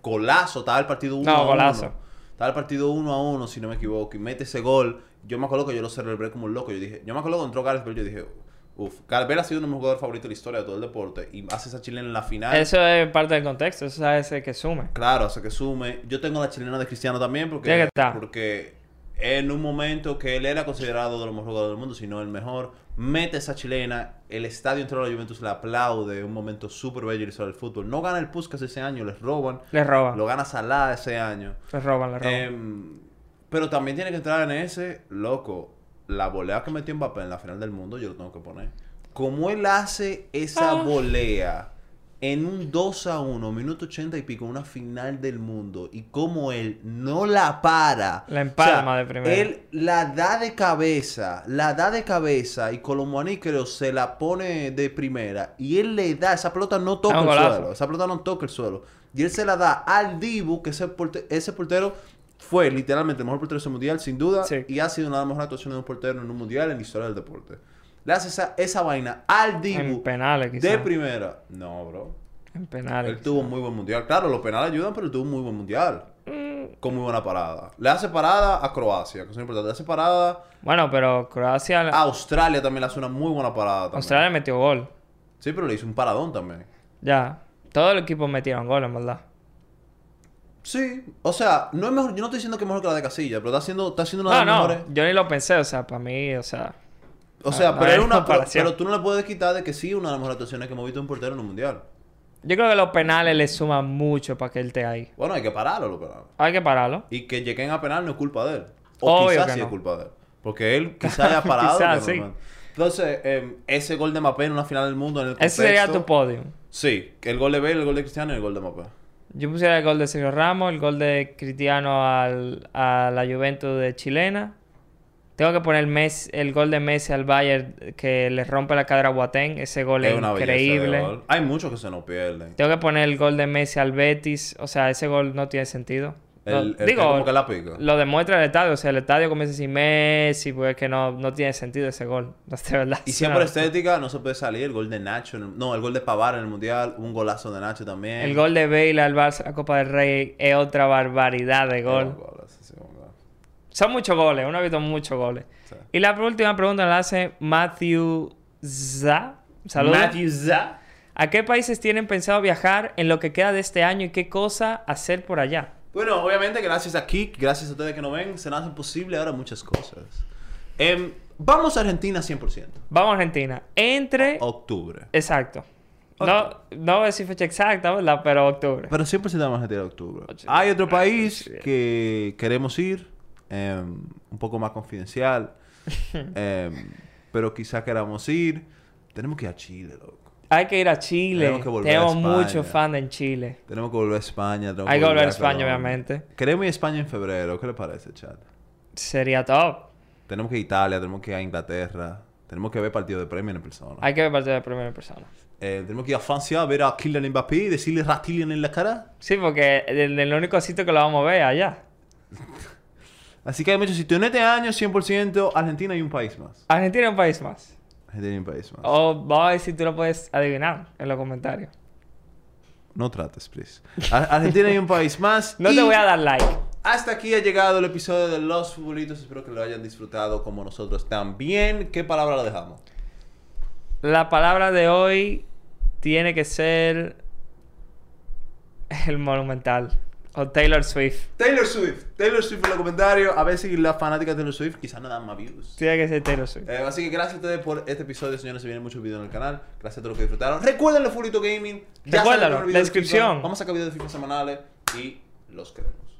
golazo, estaba el partido 1 No, a 1. golazo. Estaba el partido 1 a 1, si no me equivoco, y mete ese gol. Yo me acuerdo que yo lo celebré como un loco. Yo dije, yo me acuerdo que entró Gareth Bale, yo dije, uff, Gareth Bale ha sido uno de mis jugadores favoritos de la historia de todo el deporte y hace esa chilena en la final. Eso es parte del contexto, eso es ese que sume. Claro, hasta que sume. Yo tengo la chilena de Cristiano también porque, Tiene que estar. porque en un momento que él era considerado de los mejores jugadores del mundo, si no el mejor, mete esa chilena, el estadio entero de la Juventus le aplaude, un momento súper bello de la historia del fútbol. No gana el Puskas ese año, les roban. Le roban, Lo gana Salah ese año. le roban, le roban. Em, pero también tiene que entrar en ese, loco, la volea que metió Mbappé en la final del mundo, yo lo tengo que poner. Como él hace esa Ah. volea en un 2 a 1, minuto 80 y pico, una final del mundo, y como él no la para. La empalma de primera. Él la da de cabeza, la da de cabeza, y Colomboaní creo se la pone de primera, y él le da, esa pelota no toca Ah, un el golazo. suelo. Esa pelota no toca el suelo. Y él se la da al Dibu, que ese, porte- ese portero fue literalmente el mejor portero de ese mundial, sin duda. Sí. Y ha sido una de las mejores actuaciones de un portero en un mundial en la historia del deporte. Le hace esa, esa vaina al Dibu en penales, de quizás. primera. No, bro. En penales. Él tuvo un muy buen mundial. Claro, los penales ayudan, pero él tuvo un muy buen mundial. Mm. Con muy buena parada. Le hace parada a Croacia, que es lo importante. Le hace parada Bueno, pero Croacia, a Australia también. Le hace una muy buena parada también. Australia metió gol. Sí, pero le hizo un paradón también. Ya. Todo el equipo metieron gol, en verdad. Sí, o sea, no es mejor, yo no estoy diciendo que es mejor que la de Casilla, pero está haciendo, está haciendo una No, de las no. mejores. Yo ni lo pensé, o sea, para mí, o sea. O sea, Ah, no, pero, no era hay una, pero, comparación. pero tú no le puedes quitar de que sí una de las mejores actuaciones que hemos visto de un portero en un mundial. Yo creo que los penales le suman mucho para que él esté ahí. Bueno, hay que pararlo, lo paramos. Hay que pararlo. Y que lleguen a penal no es culpa de él. O Obvio quizás que sí no. es culpa de él. Porque él quizás haya parado. Quizás, pero no, sí. no. Entonces, eh, ese gol de Mbappé en una final del mundo en el contexto... Ese sería tu podium. Sí, el gol de Bale, el gol de Cristiano y el gol de Mbappé. Yo pusiera el gol de Sergio Ramos, el gol de Cristiano al, a la Juventus de Chilena. Tengo que poner Messi- el gol de Messi al Bayern que le rompe la cadera a Boateng. Ese gol es, Es una belleza de increíble. gol. Hay muchos que se nos pierden. Tengo que poner el gol de Messi al Betis. O sea, ese gol no tiene sentido. No, El, el digo, que como que la pica. lo demuestra el estadio. O sea, el estadio comienza sin Messi, pues es que no, no tiene sentido ese gol. No, de verdad. Y es siempre una- estética, no se puede salir. El gol de Nacho. en el- No, el gol de Pavar en el Mundial. Un golazo de Nacho también. El gol de Bale al Barça, la Copa del Rey, es otra barbaridad de Dos gol. goles, sí, un gol. Son muchos goles, uno ha visto muchos goles. Sí. Y la última pregunta la hace Matthew Za. Saludos. Za. ¿A qué países tienen pensado viajar en lo que queda de este año y qué cosa hacer por allá? Bueno, obviamente, gracias a Kik, gracias a ustedes que nos ven, se nos hacen posible ahora muchas cosas. Em, vamos a Argentina 100%. Oh, Vamos a Argentina. Entre. Octubre. Exacto. No, no voy a decir fecha exacta, ¿verdad? Pero octubre. Pero siempre se da más a tirar octubre. Ocho, Hay otro octubre, país sí. que queremos ir, em, un poco más confidencial, em, pero quizá queramos ir. Tenemos que ir a Chile, loco. Hay que ir a Chile. Tenemos que volver a Tenemos España. muchos fans en Chile. Tenemos que volver a España. tenemos Hay que volver a España, Colombia. obviamente. Queremos ir a España en febrero. ¿Qué le parece, chat? Sería top. Tenemos que ir a Italia, tenemos que ir a Inglaterra. Tenemos que ver partido de premio en persona. Hay que ver partido de primera persona. Eh, tenemos que ir a Francia a ver a Kylian Mbappé y decirle Ratillion en la cara. Sí, porque el, el único sitio que lo vamos a ver es allá. Así que hay muchos sitios. En este año, 100%, Argentina y un país más. Argentina es un país más. Argentina y un país más. O vamos a ver si tú lo puedes adivinar en los comentarios. No trates, please. Ar- Argentina y un país más. No Y te voy a dar like. Hasta aquí ha llegado el episodio de Los Futbolitos. Espero que lo hayan disfrutado como nosotros también. ¿Qué palabra la dejamos? La palabra de hoy tiene que ser el monumental. O Taylor Swift. Taylor Swift. Taylor Swift en los comentarios. A ver si las fanáticas de Taylor Swift quizás no dan más views. Tiene que ser Taylor Swift. Eh, así que gracias a ustedes por este episodio, señores. Se vienen muchos videos en el canal. Gracias a todos los que disfrutaron. Recuerden los Fulito Gaming. saben que Recuérdalo, van a haber videos de la FIFA. descripción. Vamos a sacar videos de FIFA semanales y los queremos.